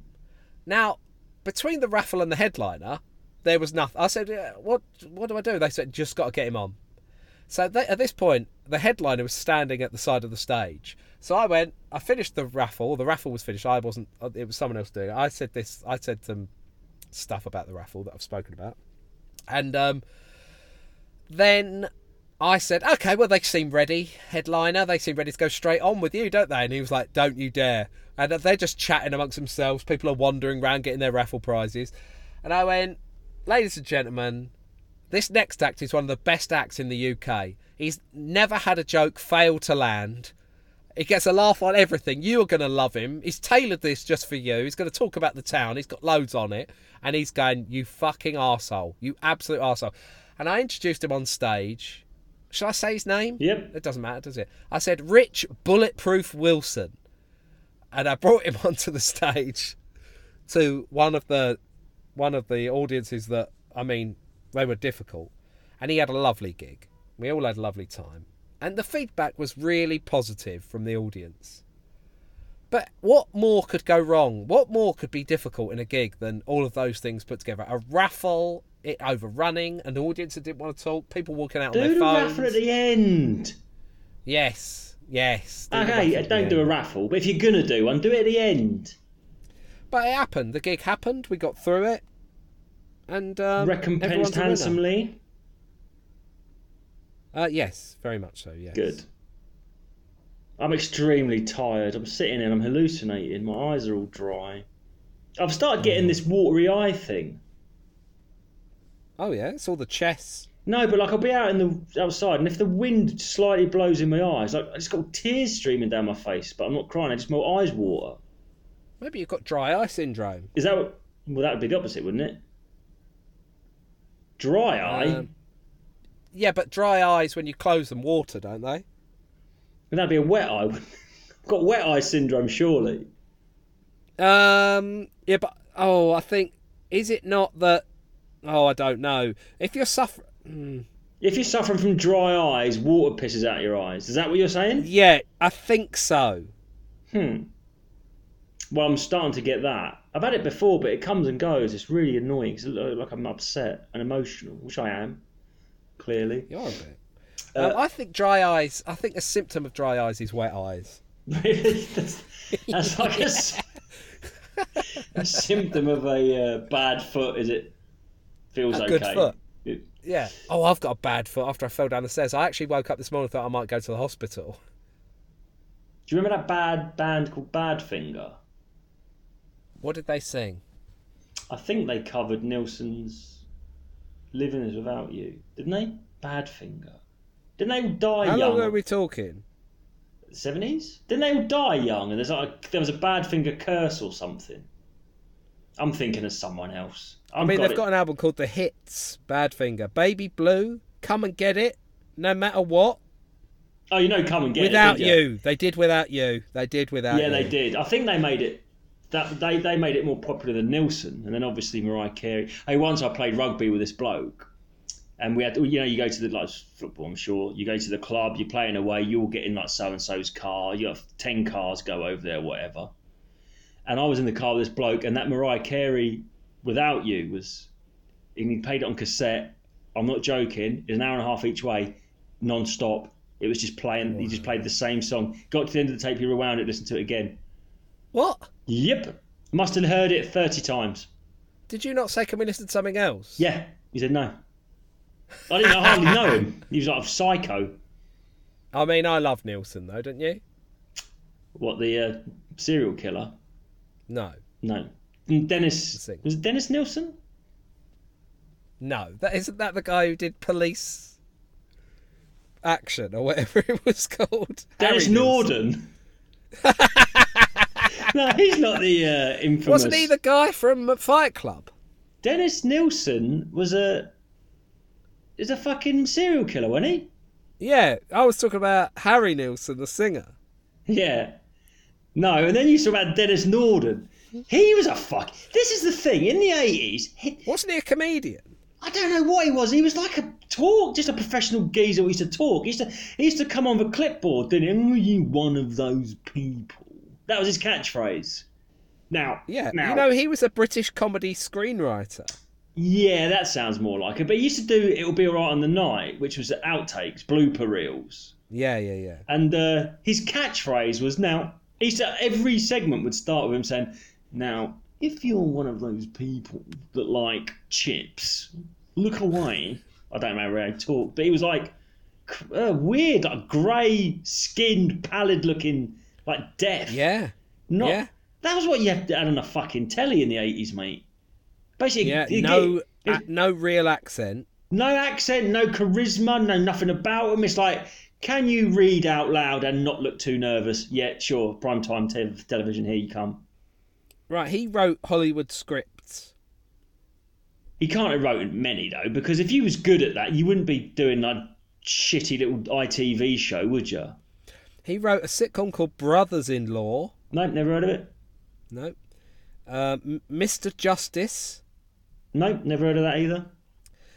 Speaker 1: Now, between the raffle and the headliner, there was nothing. I said, "Yeah, "What? What do I do?" They said, "Just got to get him on." So they, at this point, the headliner was standing at the side of the stage. So I went. I finished the raffle. The raffle was finished. I wasn't. It was someone else doing it. I said this. I said some stuff about the raffle that I've spoken about, and um, then I said, okay, well, they seem ready, headliner. They seem ready to go straight on with you, don't they? And he was like, don't you dare. And they're just chatting amongst themselves. People are wandering round getting their raffle prizes. And I went, ladies and gentlemen, this next act is one of the best acts in the UK. He's never had a joke fail to land. He gets a laugh on everything. You are going to love him. He's tailored this just for you. He's going to talk about the town. He's got loads on it. And he's going, you fucking arsehole. You absolute arsehole. And I introduced him on stage. Shall I say his name?
Speaker 2: Yep.
Speaker 1: It doesn't matter, does it? I said, Rich Bulletproof Wilson. And I brought him onto the stage to one of the one of the audiences that I mean they were difficult, and he had a lovely gig. We all had a lovely time, and the feedback was really positive from the audience. But what more could go wrong? What more could be difficult in a gig than all of those things put together? A raffle, it overrunning, an audience that didn't want to talk, people walking out on
Speaker 2: Do
Speaker 1: their
Speaker 2: the
Speaker 1: phones.
Speaker 2: raffle at the end.
Speaker 1: Yes, yes. do the raffle
Speaker 2: Okay,
Speaker 1: at the
Speaker 2: don't do a
Speaker 1: end.
Speaker 2: raffle, but if you're gonna do one, do it at the end.
Speaker 1: But it happened. The gig happened. We got through it, and um, everyone's
Speaker 2: Recompensed
Speaker 1: a winner.
Speaker 2: handsomely.
Speaker 1: Uh, yes, very much so. Yes.
Speaker 2: Good. I'm extremely tired. I'm sitting and I'm hallucinating. My eyes are all dry. I've started
Speaker 1: Mm.
Speaker 2: getting this watery eye thing.
Speaker 1: Oh yeah, it's all the chess.
Speaker 2: No, but like I'll be out in the outside, and if the wind slightly blows in my eyes, like I just got tears streaming down my face, but I'm not crying. I just my eyes water.
Speaker 1: Maybe you've got dry eye syndrome.
Speaker 2: Is that what- well? That would be the opposite, wouldn't it? Dry eye.
Speaker 1: Um, Yeah, but dry eyes when you close them water, don't they?
Speaker 2: Well, that'd be a wet eye. wouldn't it? I've got wet eye syndrome, surely.
Speaker 1: Um, yeah, but oh, I think is it not that? Oh, I don't know. If you're suffering, hmm,
Speaker 2: If you're suffering from dry eyes, water pisses out your eyes. Is that what you're saying?
Speaker 1: yeah, I think so.
Speaker 2: Hmm. Well, I'm starting to get that. I've had it before, but it comes and goes. It's really annoying. 'cause it looks like I'm upset and emotional, which I am, clearly.
Speaker 1: You're a bit.
Speaker 2: Uh,
Speaker 1: um, I think dry eyes. I think a symptom of dry eyes is wet eyes.
Speaker 2: Really, that's, that's like a, s- a symptom of a uh, bad foot. Is it feels
Speaker 1: A
Speaker 2: okay?
Speaker 1: good foot.
Speaker 2: It-
Speaker 1: Yeah. Oh, I've got a bad foot after I fell down the stairs. I actually woke up this morning and thought I might go to the hospital.
Speaker 2: do you remember that bad band called Badfinger?
Speaker 1: What did they sing?
Speaker 2: I think they covered Nilsson's "Living Is Without You," didn't they? Badfinger. Didn't they all die
Speaker 1: How long
Speaker 2: young?
Speaker 1: are we talking?
Speaker 2: Seventies? Didn't they all die young? And there's like there was a Badfinger curse or something. I'm thinking of someone else.
Speaker 1: I mean, they've got an album called The Hits, Badfinger, Baby Blue, Come and Get It, No Matter What,
Speaker 2: Oh, you know, come and get
Speaker 1: Without
Speaker 2: it, didn't ya?
Speaker 1: You. They did Without You. They did Without
Speaker 2: Yeah,
Speaker 1: You.
Speaker 2: they did. I think they made it. That they, they made it more popular than Nilsson, and then obviously Mariah Carey. Hey, once I played rugby with this bloke, and we had you know you go to the like football. I'm sure you go to the club, you're playing away, you're getting like so and so's car. You have ten cars go over there, whatever. And I was in the car with this bloke, and that Mariah Carey without you was, and he played it on cassette. I'm not joking. It's an hour and a half each way, non-stop. It was just playing. He just played the same song. Got to the end of the tape, he rewound it, listened to it again.
Speaker 1: What?
Speaker 2: Yep. Must have heard it 30 times.
Speaker 1: Did you not say, can we listen to something else?
Speaker 2: Yeah. He said no. I didn't I hardly know him. He was like a psycho.
Speaker 1: I mean, I love Nielsen, though, don't you?
Speaker 2: What, the uh, serial killer?
Speaker 1: No.
Speaker 2: No. And Dennis.
Speaker 1: see.
Speaker 2: Was it Dennis Nilsson?
Speaker 1: No. That, isn't that the guy who did Police Action or whatever it was called?
Speaker 2: Dennis
Speaker 1: Harry Nielsen.
Speaker 2: Norden. no, he's not the uh, infamous.
Speaker 1: Wasn't he the guy from Fight Club?
Speaker 2: Dennis Nilsson was a. Is a fucking serial killer, wasn't he?
Speaker 1: Yeah, I was talking about Harry Nielsen, the singer.
Speaker 2: Yeah. No, and then you saw about Dennis Norden. He was a fuck. This is the thing. In the 80s, he,
Speaker 1: Wasn't he a comedian?
Speaker 2: I don't know what he was. He was like a talk, just a professional geezer who used to talk. He used to, he used to come on the clipboard, didn't he? Are you one of those people? That was his catchphrase. Now,
Speaker 1: Yeah.
Speaker 2: now,
Speaker 1: You know, he was a British comedy screenwriter.
Speaker 2: yeah, that sounds more like it. But he used to do "It'll Be Alright on the Night," which was the outtakes, blooper reels,
Speaker 1: Yeah, yeah, yeah.
Speaker 2: and uh, his catchphrase was now. He used to, every segment would start with him saying, "Now, if you're one of those people that like chips, look away." I don't remember how he talked, but he was like c- uh, weird, like grey-skinned, pallid-looking, like death.
Speaker 1: Yeah.
Speaker 2: Not,
Speaker 1: yeah.
Speaker 2: That was what you had had on a fucking telly in the eighties, mate. Basically,
Speaker 1: Yeah.
Speaker 2: you
Speaker 1: No
Speaker 2: get-
Speaker 1: uh, no real accent.
Speaker 2: no accent, no charisma, no nothing about him. It's like, can you read out loud and not look too nervous? Yeah, sure. Prime time te- television, here you come.
Speaker 1: Right, he wrote Hollywood scripts.
Speaker 2: He can't have wrote many though, because if you was good at that, you wouldn't be doing that shitty little ITV show, would you?
Speaker 1: He wrote a sitcom called Brothers in Law.
Speaker 2: Nope, never heard of it.
Speaker 1: No. Uh, M- Mr. Justice.
Speaker 2: Nope, never heard of that either.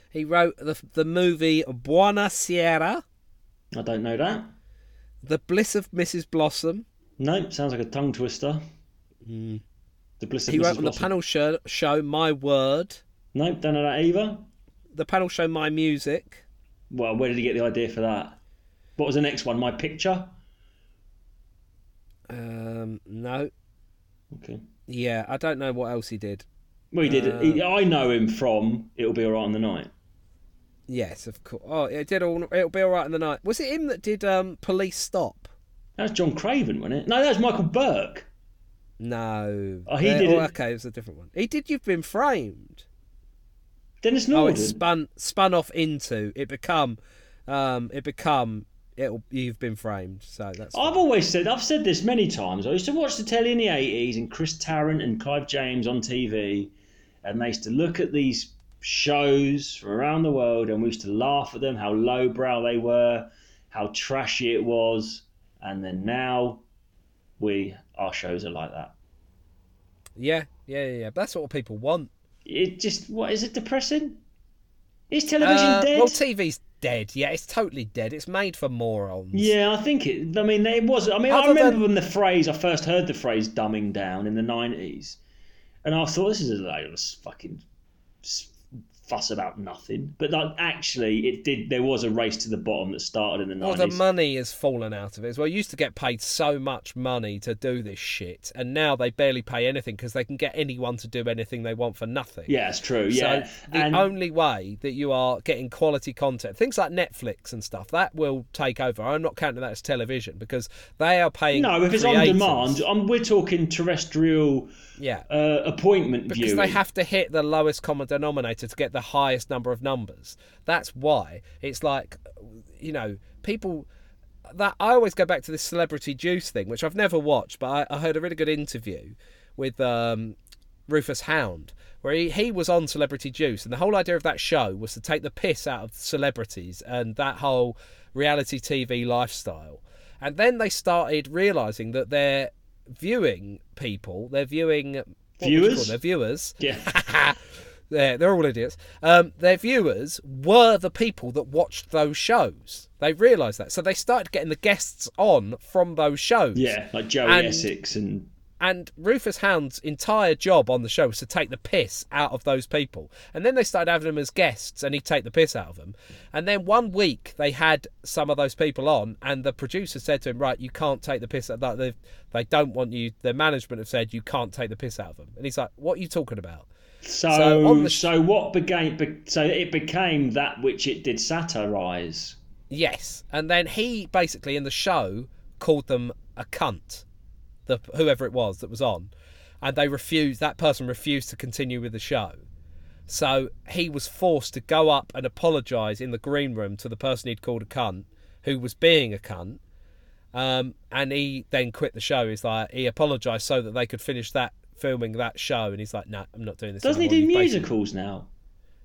Speaker 1: He wrote the, the movie Buona Sierra,
Speaker 2: I don't know that.
Speaker 1: The Bliss of Mrs. Blossom.
Speaker 2: Nope, sounds like a tongue twister. The bliss of
Speaker 1: Hmm. He
Speaker 2: Mrs.
Speaker 1: wrote on the
Speaker 2: Blossom.
Speaker 1: panel show, show My Word,
Speaker 2: Nope, don't know that either.
Speaker 1: the panel show My Music.
Speaker 2: Well, where did he get the idea for that? What was the next one? My picture.
Speaker 1: Um, no.
Speaker 2: Okay.
Speaker 1: Yeah, I don't know what else he did.
Speaker 2: Well, he did. he-
Speaker 1: Uh,
Speaker 2: I know him from "It'll Be Alright on the Night."
Speaker 1: Yes, of course. Oh, it did all. It'll be all right in the night. Was it him that did um, Police Stop?
Speaker 2: That was John Craven, wasn't it? No, that was Michael Burke.
Speaker 1: No.
Speaker 2: Oh, he
Speaker 1: They're-
Speaker 2: did
Speaker 1: oh,
Speaker 2: it.
Speaker 1: okay, it was a different one. He did. You've been framed.
Speaker 2: Dennis
Speaker 1: Oh,
Speaker 2: Norden.
Speaker 1: it spun spun off into it become, um, it become it'll. You've been framed. So that's.
Speaker 2: I've always said, I've said this many times. I used to watch the telly in the eighties, and Chris Tarrant and Clive James on TV, and they used to look at these shows from around the world, and we used to laugh at them how lowbrow they were, how trashy it was, and then now, we our shows are like that.
Speaker 1: Yeah, yeah, yeah. yeah. That's what people want.
Speaker 2: It just what is it depressing? Is television
Speaker 1: Uh,
Speaker 2: dead?
Speaker 1: Well, TV's dead. Yeah, it's totally dead. It's made for morons.
Speaker 2: yeah, I think it. I mean, it was. I mean, I
Speaker 1: Other
Speaker 2: remember
Speaker 1: than-
Speaker 2: when the phrase I first heard the phrase "dumbing down" in the nineties, and I thought this is a load of fucking s- fuss about nothing. But like, actually, it did. There was a race to the bottom that started in the
Speaker 1: Well, the
Speaker 2: nineties.
Speaker 1: money has fallen out of it as well. You used to get paid so much money to do this shit, and now they barely pay anything because they can get anyone to do anything they want for nothing.
Speaker 2: yeah, it's true. Yeah,
Speaker 1: So the
Speaker 2: and
Speaker 1: only way that you are getting quality content, things like Netflix and stuff, that will take over. I'm not counting that as television because they are paying.
Speaker 2: no, if it's on
Speaker 1: creators.
Speaker 2: demand, um, we're talking terrestrial
Speaker 1: yeah,
Speaker 2: uh, appointment
Speaker 1: because
Speaker 2: viewing.
Speaker 1: they have to hit the lowest common denominator to get the highest number of numbers. That's why it's like, you know, people. That I always go back to this celebrity juice thing, which I've never watched, but I, I heard a really good interview with um, Rufus Hound, where he, he was on Celebrity Juice, and the whole idea of that show was to take the piss out of celebrities and that whole reality TV lifestyle. And then they started realizing that they're viewing people, they're viewing what would you
Speaker 2: Viewers?
Speaker 1: call them? viewers.
Speaker 2: yeah.
Speaker 1: they're, they're all idiots. Um, their viewers were the people that watched those shows. They realised that. So they started getting the guests on from those shows.
Speaker 2: Yeah, like Joey
Speaker 1: And-
Speaker 2: Essex and
Speaker 1: And Rufus Hound's entire job on the show was to take the piss out of those people. And then they started having them as guests and he'd take the piss out of them. And then one week they had some of those people on and the producer said to him, Right, you can't take the piss out like they they don't want you their management have said you can't take the piss out of them. And he's like, What are you talking about?
Speaker 2: so
Speaker 1: So on the sh-
Speaker 2: so what became be- so it became that which it did satirize.
Speaker 1: Yes, and then he basically in the show called them a cunt, the whoever it was that was on, and they refused. That person refused to continue with the show, so he was forced to go up and apologise in the green room to the person he'd called a cunt, who was being a cunt, um, and he then quit the show. He's like he apologised so that they could finish that filming that show, and he's like, no, I'm not doing this.
Speaker 2: Doesn't he
Speaker 1: anymore."
Speaker 2: do
Speaker 1: You basically-
Speaker 2: musicals now?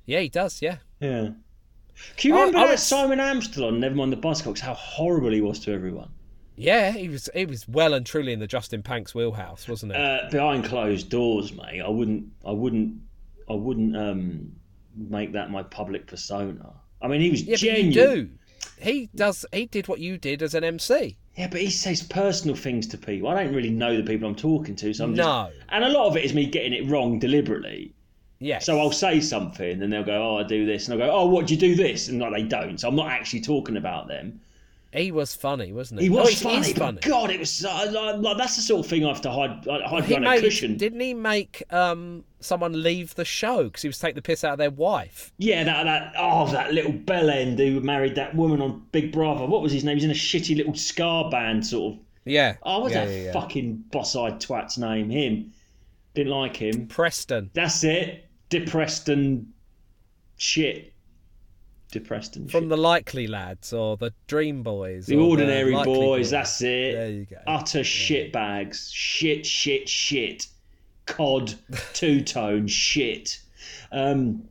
Speaker 1: Yeah, he does. Yeah.
Speaker 2: Yeah. Can you
Speaker 1: I-
Speaker 2: remember
Speaker 1: I
Speaker 2: that
Speaker 1: was-
Speaker 2: Simon Amstel on Nevermind the Buzzcocks? How horrible he was to everyone
Speaker 1: Yeah, he was he was well and truly in the Justin Panks wheelhouse, wasn't he?
Speaker 2: uh, behind closed doors, mate. I wouldn't, I wouldn't, I wouldn't um, make that my public persona. I mean, he was
Speaker 1: Yeah, but you
Speaker 2: genuine.
Speaker 1: do. He does. He did what you did as an MC.
Speaker 2: Yeah, but he says personal things to people. I don't really know the people I'm talking to, so I'm just-
Speaker 1: No.
Speaker 2: and a lot of it is me getting it wrong deliberately.
Speaker 1: Yes.
Speaker 2: So I'll say something, and they'll go, "Oh, I do this," and I'll go, "Oh, what do you do this?" And like they don't, so I'm not actually talking about them.
Speaker 1: he was funny, wasn't he?
Speaker 2: He
Speaker 1: Oh,
Speaker 2: was
Speaker 1: is
Speaker 2: funny, but God, it was so, like, like, that's the sort of thing I have to hide, I hide
Speaker 1: He
Speaker 2: behind a
Speaker 1: made,
Speaker 2: cushion.
Speaker 1: didn't he make um, someone leave the show because he was taking the piss out of their wife?
Speaker 2: Yeah, that that oh, that little bell end who married that woman on Big Brother. What was his name? He's in a shitty little scar band, sort of.
Speaker 1: Yeah.
Speaker 2: Oh, what's
Speaker 1: yeah,
Speaker 2: that
Speaker 1: yeah, yeah.
Speaker 2: fucking boss-eyed twat's name? Him. Didn't like him.
Speaker 1: Preston
Speaker 2: That's it. Depressed and shit. Depressed and
Speaker 1: from
Speaker 2: shit.
Speaker 1: the Likely Lads or the Dream Boys.
Speaker 2: The
Speaker 1: or
Speaker 2: ordinary
Speaker 1: Likely
Speaker 2: boys. That's it. Uh,
Speaker 1: There you go.
Speaker 2: Utter shit bags. Shit, shit, shit. Cod, two tone, shit. Um,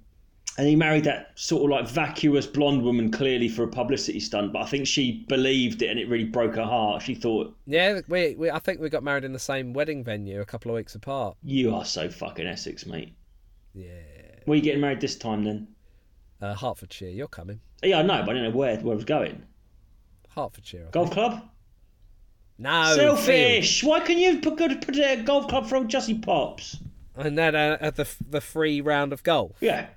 Speaker 2: and he married that sort of like vacuous blonde woman, clearly for a publicity stunt. But I think she believed it, and it really broke her heart. She thought,
Speaker 1: Yeah, we, we I think we got married in the same wedding venue a couple of weeks apart.
Speaker 2: "You are so fucking Essex, mate.
Speaker 1: Yeah.
Speaker 2: Where you getting married this time, then?"
Speaker 1: Uh, Hertfordshire, you're coming.
Speaker 2: Yeah, I know, but I didn't know where where I was going.
Speaker 1: Hertfordshire. I
Speaker 2: Golf
Speaker 1: think.
Speaker 2: club.
Speaker 1: No. Field.
Speaker 2: Selfish. Why can you put, go to put a golf club for old Jussie Pops?
Speaker 1: And then uh, at the the free round of golf.
Speaker 2: Yeah.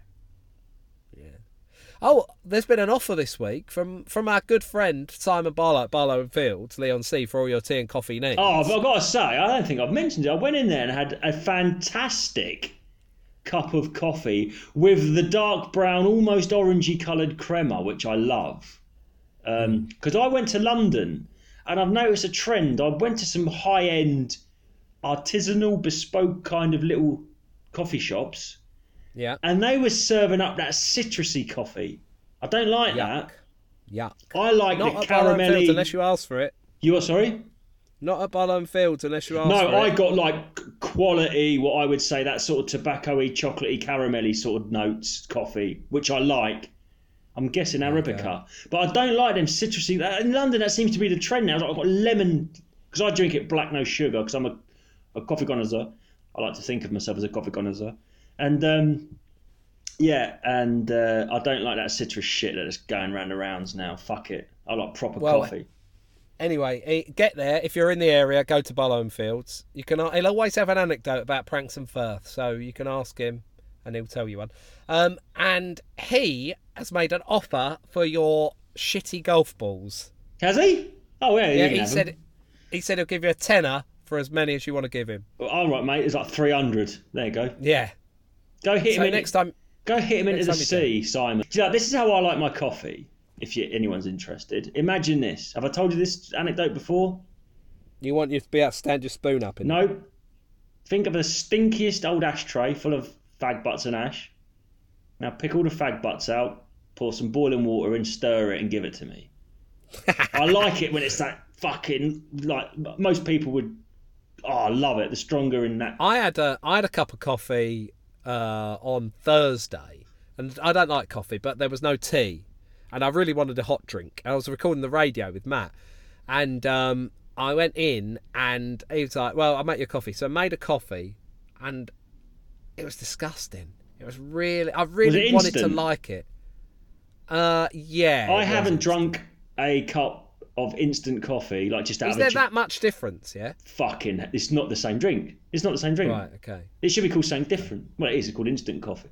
Speaker 1: Oh, there's been an offer this week from from our good friend Simon Barlow at Barlow and Fields, Leon C, for all your tea and coffee needs.
Speaker 2: Oh, but I've got to say, I don't think I've mentioned it. I went in there and had a fantastic cup of coffee with the dark brown, almost orangey coloured crema, which I love.
Speaker 1: Mm.
Speaker 2: Because I went to London and I've noticed a trend. I went to some high end, artisanal, bespoke kind of little coffee shops
Speaker 1: yeah,
Speaker 2: and they were serving up that citrusy coffee. I don't like
Speaker 1: Yuck.
Speaker 2: that.
Speaker 1: yuck.
Speaker 2: I like
Speaker 1: Not
Speaker 2: the
Speaker 1: at Barlow and Fields
Speaker 2: caramelly.
Speaker 1: unless you ask for it.
Speaker 2: You are sorry?
Speaker 1: Not at Barlow and Fields unless you ask
Speaker 2: No,
Speaker 1: for
Speaker 2: I
Speaker 1: it.
Speaker 2: got like c- quality, what I would say that sort of tobacco-y, chocolatey, caramelly sort of notes coffee, which I like. I'm guessing Arabica, but I don't like them citrusy. that- In London, that seems to be the trend now. I've got lemon because I drink it black, no sugar, because I'm a, a coffee connoisseur. I like to think of myself as a Govagonizer. And um, yeah, and uh, I don't like that citrus shit that's going round the rounds now. Fuck it. I like proper
Speaker 1: Well,
Speaker 2: coffee.
Speaker 1: Anyway, eh, get there. If you're in the area, go to Bullone Fields. You can. He'll always have an anecdote about pranks and Firth, so you can ask him, and he'll tell you one. Um, and he has made an offer for your shitty golf balls.
Speaker 2: Has he? Oh yeah,
Speaker 1: Yeah,
Speaker 2: he
Speaker 1: he said. He said he'll give you a tenner for as many as you want to give him.
Speaker 2: All right, mate. It's like three hundred. There you go.
Speaker 1: Yeah.
Speaker 2: Go hit
Speaker 1: So
Speaker 2: him in
Speaker 1: next time,
Speaker 2: Go hit him into
Speaker 1: Next
Speaker 2: the
Speaker 1: time you do
Speaker 2: sea, Simon. Do you know, this is how I like my coffee. If you, anyone's interested, imagine this. Have I told you this anecdote before?
Speaker 1: you want you to be able to stand your spoon up in. it.
Speaker 2: No. Think of the stinkiest old ashtray full of fag butts and ash. Now pick all the fag butts out, pour some boiling water in, stir it, and give it to me. I like it when it's that fucking like most people would. Oh, I love it. The stronger in that.
Speaker 1: I had a I had a cup of coffee uh, on Thursday, and I don't like coffee, but there was no tea, and I really wanted a hot drink. And I was recording the radio with Matt, and um, I went in, and he was like, "Well, I make your coffee," so I made a coffee, and it was disgusting. It was really I really
Speaker 2: it
Speaker 1: wanted to
Speaker 2: instant?
Speaker 1: like it. Uh, yeah. it
Speaker 2: I
Speaker 1: was.
Speaker 2: haven't drunk a cup of instant coffee like just out
Speaker 1: Is
Speaker 2: of a
Speaker 1: there
Speaker 2: j-
Speaker 1: that much difference? Yeah.
Speaker 2: fucking. It's not the same drink. It's not the same drink.
Speaker 1: Right. Okay.
Speaker 2: It should be called something different. Well, it is called instant coffee.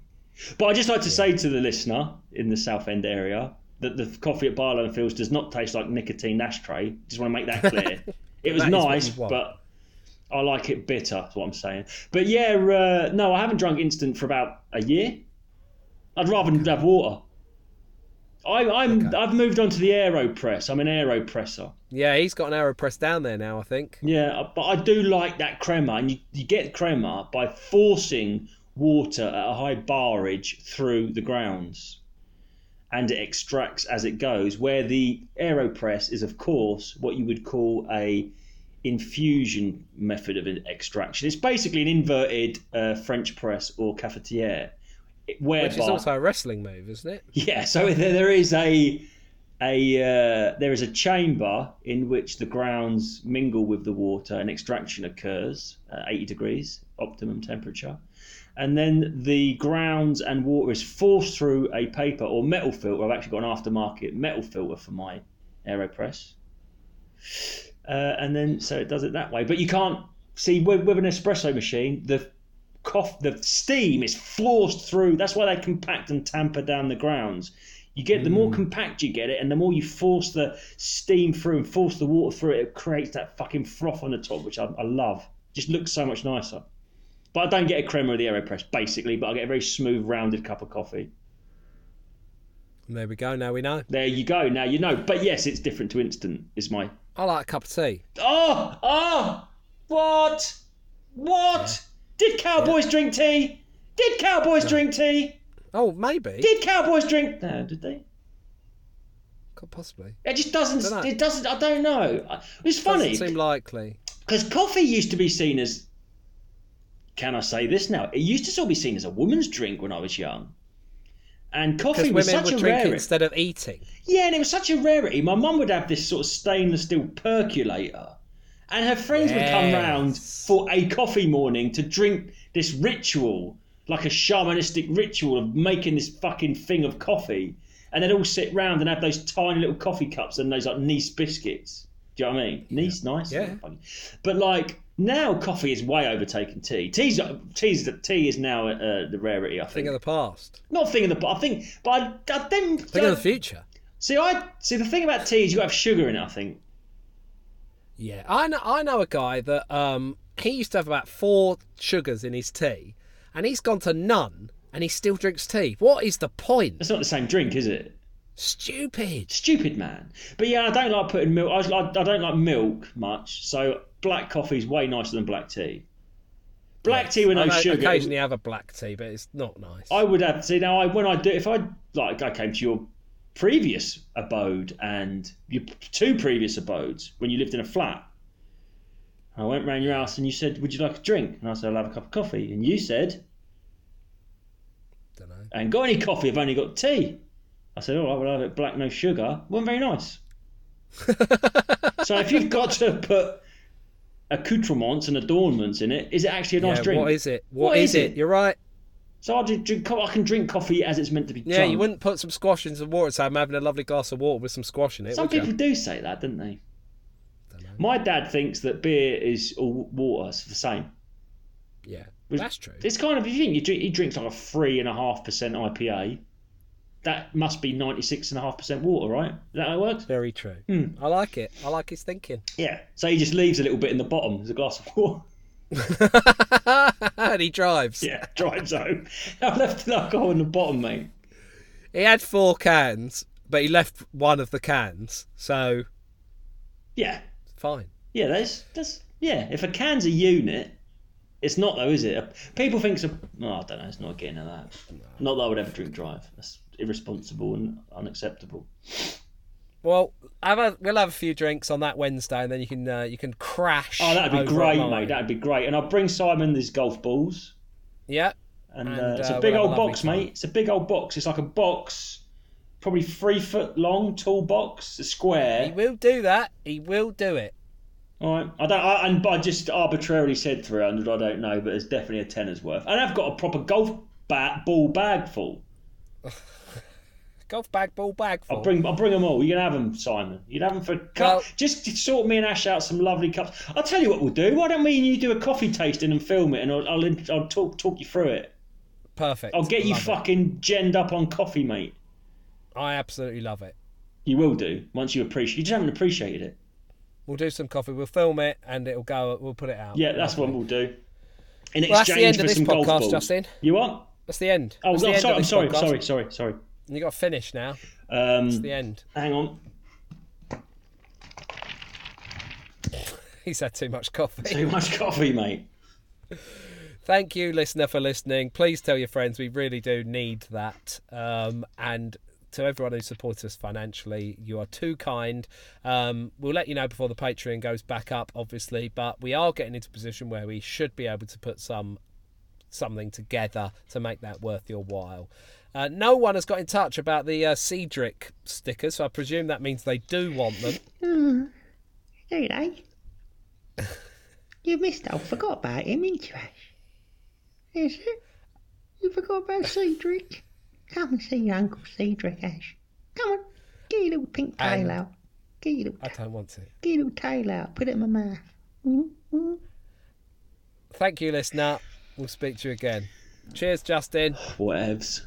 Speaker 2: But I just like to say to the listener in the South End area that the coffee at Barlow and Fields does not taste like nicotine ashtray. Just want to make that clear. it was
Speaker 1: That is what
Speaker 2: nice,
Speaker 1: you want.
Speaker 2: but I like it bitter. Is what I'm saying. But yeah, uh, no, I haven't drunk instant for about a year. I'd rather have water. I, I'm I've moved on to the AeroPress. I'm an AeroPresser.
Speaker 1: Yeah, he's got an AeroPress down there now. I think.
Speaker 2: Yeah, but I do like that crema, and you, you get crema by forcing water at a high barrage through the grounds, and it extracts as it goes. Where the aeropress is, of course, what you would call a infusion method of extraction. It's basically an inverted uh, French press or cafetiere, whereby
Speaker 1: Which is also a wrestling move, isn't it?
Speaker 2: yeah, so there, there is a a uh, there is a chamber in which the grounds mingle with the water and extraction occurs at 80 degrees optimum temperature, and then the grounds and water is forced through a paper or metal filter. I've actually got an aftermarket metal filter for my Aeropress, uh, and then so it does it that way. But you can't see with, with an espresso machine the cough the steam is forced through that's why they compact and tamper down the grounds you get the more compact you get it and the more you force the steam through and force the water through it it creates that fucking froth on the top which i, I love just looks so much nicer but i don't get a crema of the aeropress basically but i get a very smooth rounded cup of coffee
Speaker 1: And there we go. Now we know.
Speaker 2: there you go now you know but yes it's different to instant is my
Speaker 1: I like a cup of tea.
Speaker 2: oh oh what what did cowboys drink tea did cowboys drink tea
Speaker 1: Oh, maybe.
Speaker 2: Did Cowboys drink? No, did they?
Speaker 1: Could possibly.
Speaker 2: It just doesn't.
Speaker 1: Dunno.
Speaker 2: It doesn't. I don't know. I- It's funny
Speaker 1: Doesn't seem likely.
Speaker 2: because coffee used to be seen as. Can I say this now? It used to still be seen as a woman's drink when I was young, and coffee
Speaker 1: Because
Speaker 2: was
Speaker 1: women
Speaker 2: such
Speaker 1: would
Speaker 2: a
Speaker 1: drink it
Speaker 2: rarity.
Speaker 1: instead of eating.
Speaker 2: Yeah, and it was such a rarity. My mum would have this sort of stainless steel percolator, and her friends would come
Speaker 1: Yes.
Speaker 2: round for a coffee morning to drink this ritual, like a shamanistic ritual of making this fucking thing of coffee. And they'd all sit round and have those tiny little coffee cups and those like Nice biscuits. Do you know what I mean? Nice, nice.
Speaker 1: Yeah.
Speaker 2: But like now, coffee is way overtaken tea. Tea's tea's tea is now uh, the rarity. I think.
Speaker 1: Think of the past.
Speaker 2: Not thing of the. but I think, but I, I then
Speaker 1: Think of the future.
Speaker 2: See, I see the thing about tea is you got to have sugar in it. I think.
Speaker 1: Yeah. I know, I know a guy that um he used to have about four sugars in his tea, and he's gone to none, and he still drinks tea. What is the point?
Speaker 2: That's not the same drink, is it?
Speaker 1: Stupid.
Speaker 2: Stupid man. But yeah, I don't like putting milk. I, I, I don't like milk much. So black coffee's way nicer than black tea. Black tea with no
Speaker 1: I know-
Speaker 2: sugar.
Speaker 1: occasionally have a black tea, but it's not nice.
Speaker 2: I would have see now. I when I do if I like I came to your previous abode and your p- two previous abodes when you lived in a flat. I went round your house and you said, "Would you like a drink?" And I said, "I'll have a cup of coffee." And you said,
Speaker 1: don't know.
Speaker 2: I ain't got any coffee, I've only got tea. I said, all right, well, I'll have it black, no sugar. Wasn't very nice. so if you've got to put accoutrements and adornments in it. Is it actually a nice
Speaker 1: yeah,
Speaker 2: drink?
Speaker 1: What is it?
Speaker 2: What
Speaker 1: is,
Speaker 2: is
Speaker 1: it?
Speaker 2: it?
Speaker 1: You're right.
Speaker 2: so I, just drink, co- I can drink coffee as it's meant to be
Speaker 1: Yeah,
Speaker 2: drunk.
Speaker 1: you wouldn't put some squash in some water and say I'm having a lovely glass of water with some squash in it.
Speaker 2: Some
Speaker 1: would ya?
Speaker 2: people do say that, don't they? My dad thinks that beer is all water, it's the same.
Speaker 1: Yeah,
Speaker 2: Was-
Speaker 1: that's true.
Speaker 2: It's kind of if you think you drink, he drinks like a three and a half percent IPA. That must be ninety six and a half percent water, right? Is that how it works?
Speaker 1: Very true.
Speaker 2: Hmm.
Speaker 1: I like it. I like his thinking.
Speaker 2: Yeah. So he just leaves a little bit in the bottom as a glass of water.
Speaker 1: and he drives.
Speaker 2: Yeah, drives home. I left the alcohol in the bottom, mate.
Speaker 1: He had four cans, but he left one of the cans, so
Speaker 2: Yeah,
Speaker 1: fine.
Speaker 2: yeah. That's that's yeah. If a can's a unit, it's not though, is it? People think so. No, I don't know. It's not getting at that. Not that I would ever drink drive. That's irresponsible and unacceptable.
Speaker 1: Well, have a, we'll have a few drinks on that Wednesday, and then you can uh, you can crash.
Speaker 2: Oh, that'd be
Speaker 1: over at
Speaker 2: great,
Speaker 1: mine.
Speaker 2: mate. That'd be great. And I'll bring Simon these golf balls.
Speaker 1: Yeah,
Speaker 2: And,
Speaker 1: And,
Speaker 2: uh, it's
Speaker 1: uh,
Speaker 2: a big
Speaker 1: we'll have
Speaker 2: old
Speaker 1: a lovely
Speaker 2: box,
Speaker 1: time.
Speaker 2: mate. It's a big old box. It's like a box, probably three foot long, tall box, a square.
Speaker 1: he will do that. He will do it.
Speaker 2: All right. I don't. I, and I just arbitrarily said three hundred. I don't know, but it's definitely a tenner's worth. And I've got a proper golf bat ball bag full.
Speaker 1: Golf bag, ball bag.
Speaker 2: I'll
Speaker 1: full.
Speaker 2: bring. I'll bring them all. You can have them, Simon. You can have them for a cup.
Speaker 1: Well-
Speaker 2: just sort me and Ash out some lovely cups. I'll tell you what we'll do. Why don't we and you do a coffee tasting and film it, and I'll I'll, I'll talk talk you through it.
Speaker 1: Perfect.
Speaker 2: I'll get you
Speaker 1: Love it.
Speaker 2: fucking genned up on coffee, mate.
Speaker 1: I absolutely love it.
Speaker 2: You will do once you appreciate. You just haven't appreciated it.
Speaker 1: We'll do some coffee. We'll film it, and it'll go. We'll put it out.
Speaker 2: Yeah, that's what we'll do. In exchange
Speaker 1: Well, that's the end
Speaker 2: for
Speaker 1: of this
Speaker 2: some golf
Speaker 1: podcast,
Speaker 2: balls.
Speaker 1: Justin.
Speaker 2: You what?
Speaker 1: That's the end.
Speaker 2: Oh,
Speaker 1: That's
Speaker 2: no,
Speaker 1: the end
Speaker 2: sorry,
Speaker 1: of
Speaker 2: I'm
Speaker 1: this
Speaker 2: sorry,
Speaker 1: podcast.
Speaker 2: sorry, sorry, sorry.
Speaker 1: You got to finish now.
Speaker 2: Um,
Speaker 1: The end.
Speaker 2: hang on.
Speaker 1: He's had too much coffee.
Speaker 2: Too much coffee, mate.
Speaker 1: Thank you, listener, for listening. Please tell your friends. We really do need that. Um, and to everyone who supports us financially, you are too kind. Um, we'll let you know before the Patreon goes back up, obviously, but we are getting into a position where we should be able to put some something together to make that worth your while. Uh, no one has got in touch about the uh, Cedric stickers, so I presume that means they do want them.
Speaker 3: Mm. Hey, they? you missed out. Forgot about him, didn't you, Ash? Is it? You forgot about Cedric? Come and see your Uncle Cedric, Ash. Come on. Get your little pink tail
Speaker 1: And-
Speaker 3: out. Get your little,
Speaker 1: I don't want to.
Speaker 3: get your little tail out. Put it in my mouth. mm mm.
Speaker 1: Thank you, listener. We'll speak to you again. Cheers, Justin.
Speaker 2: Whatevs.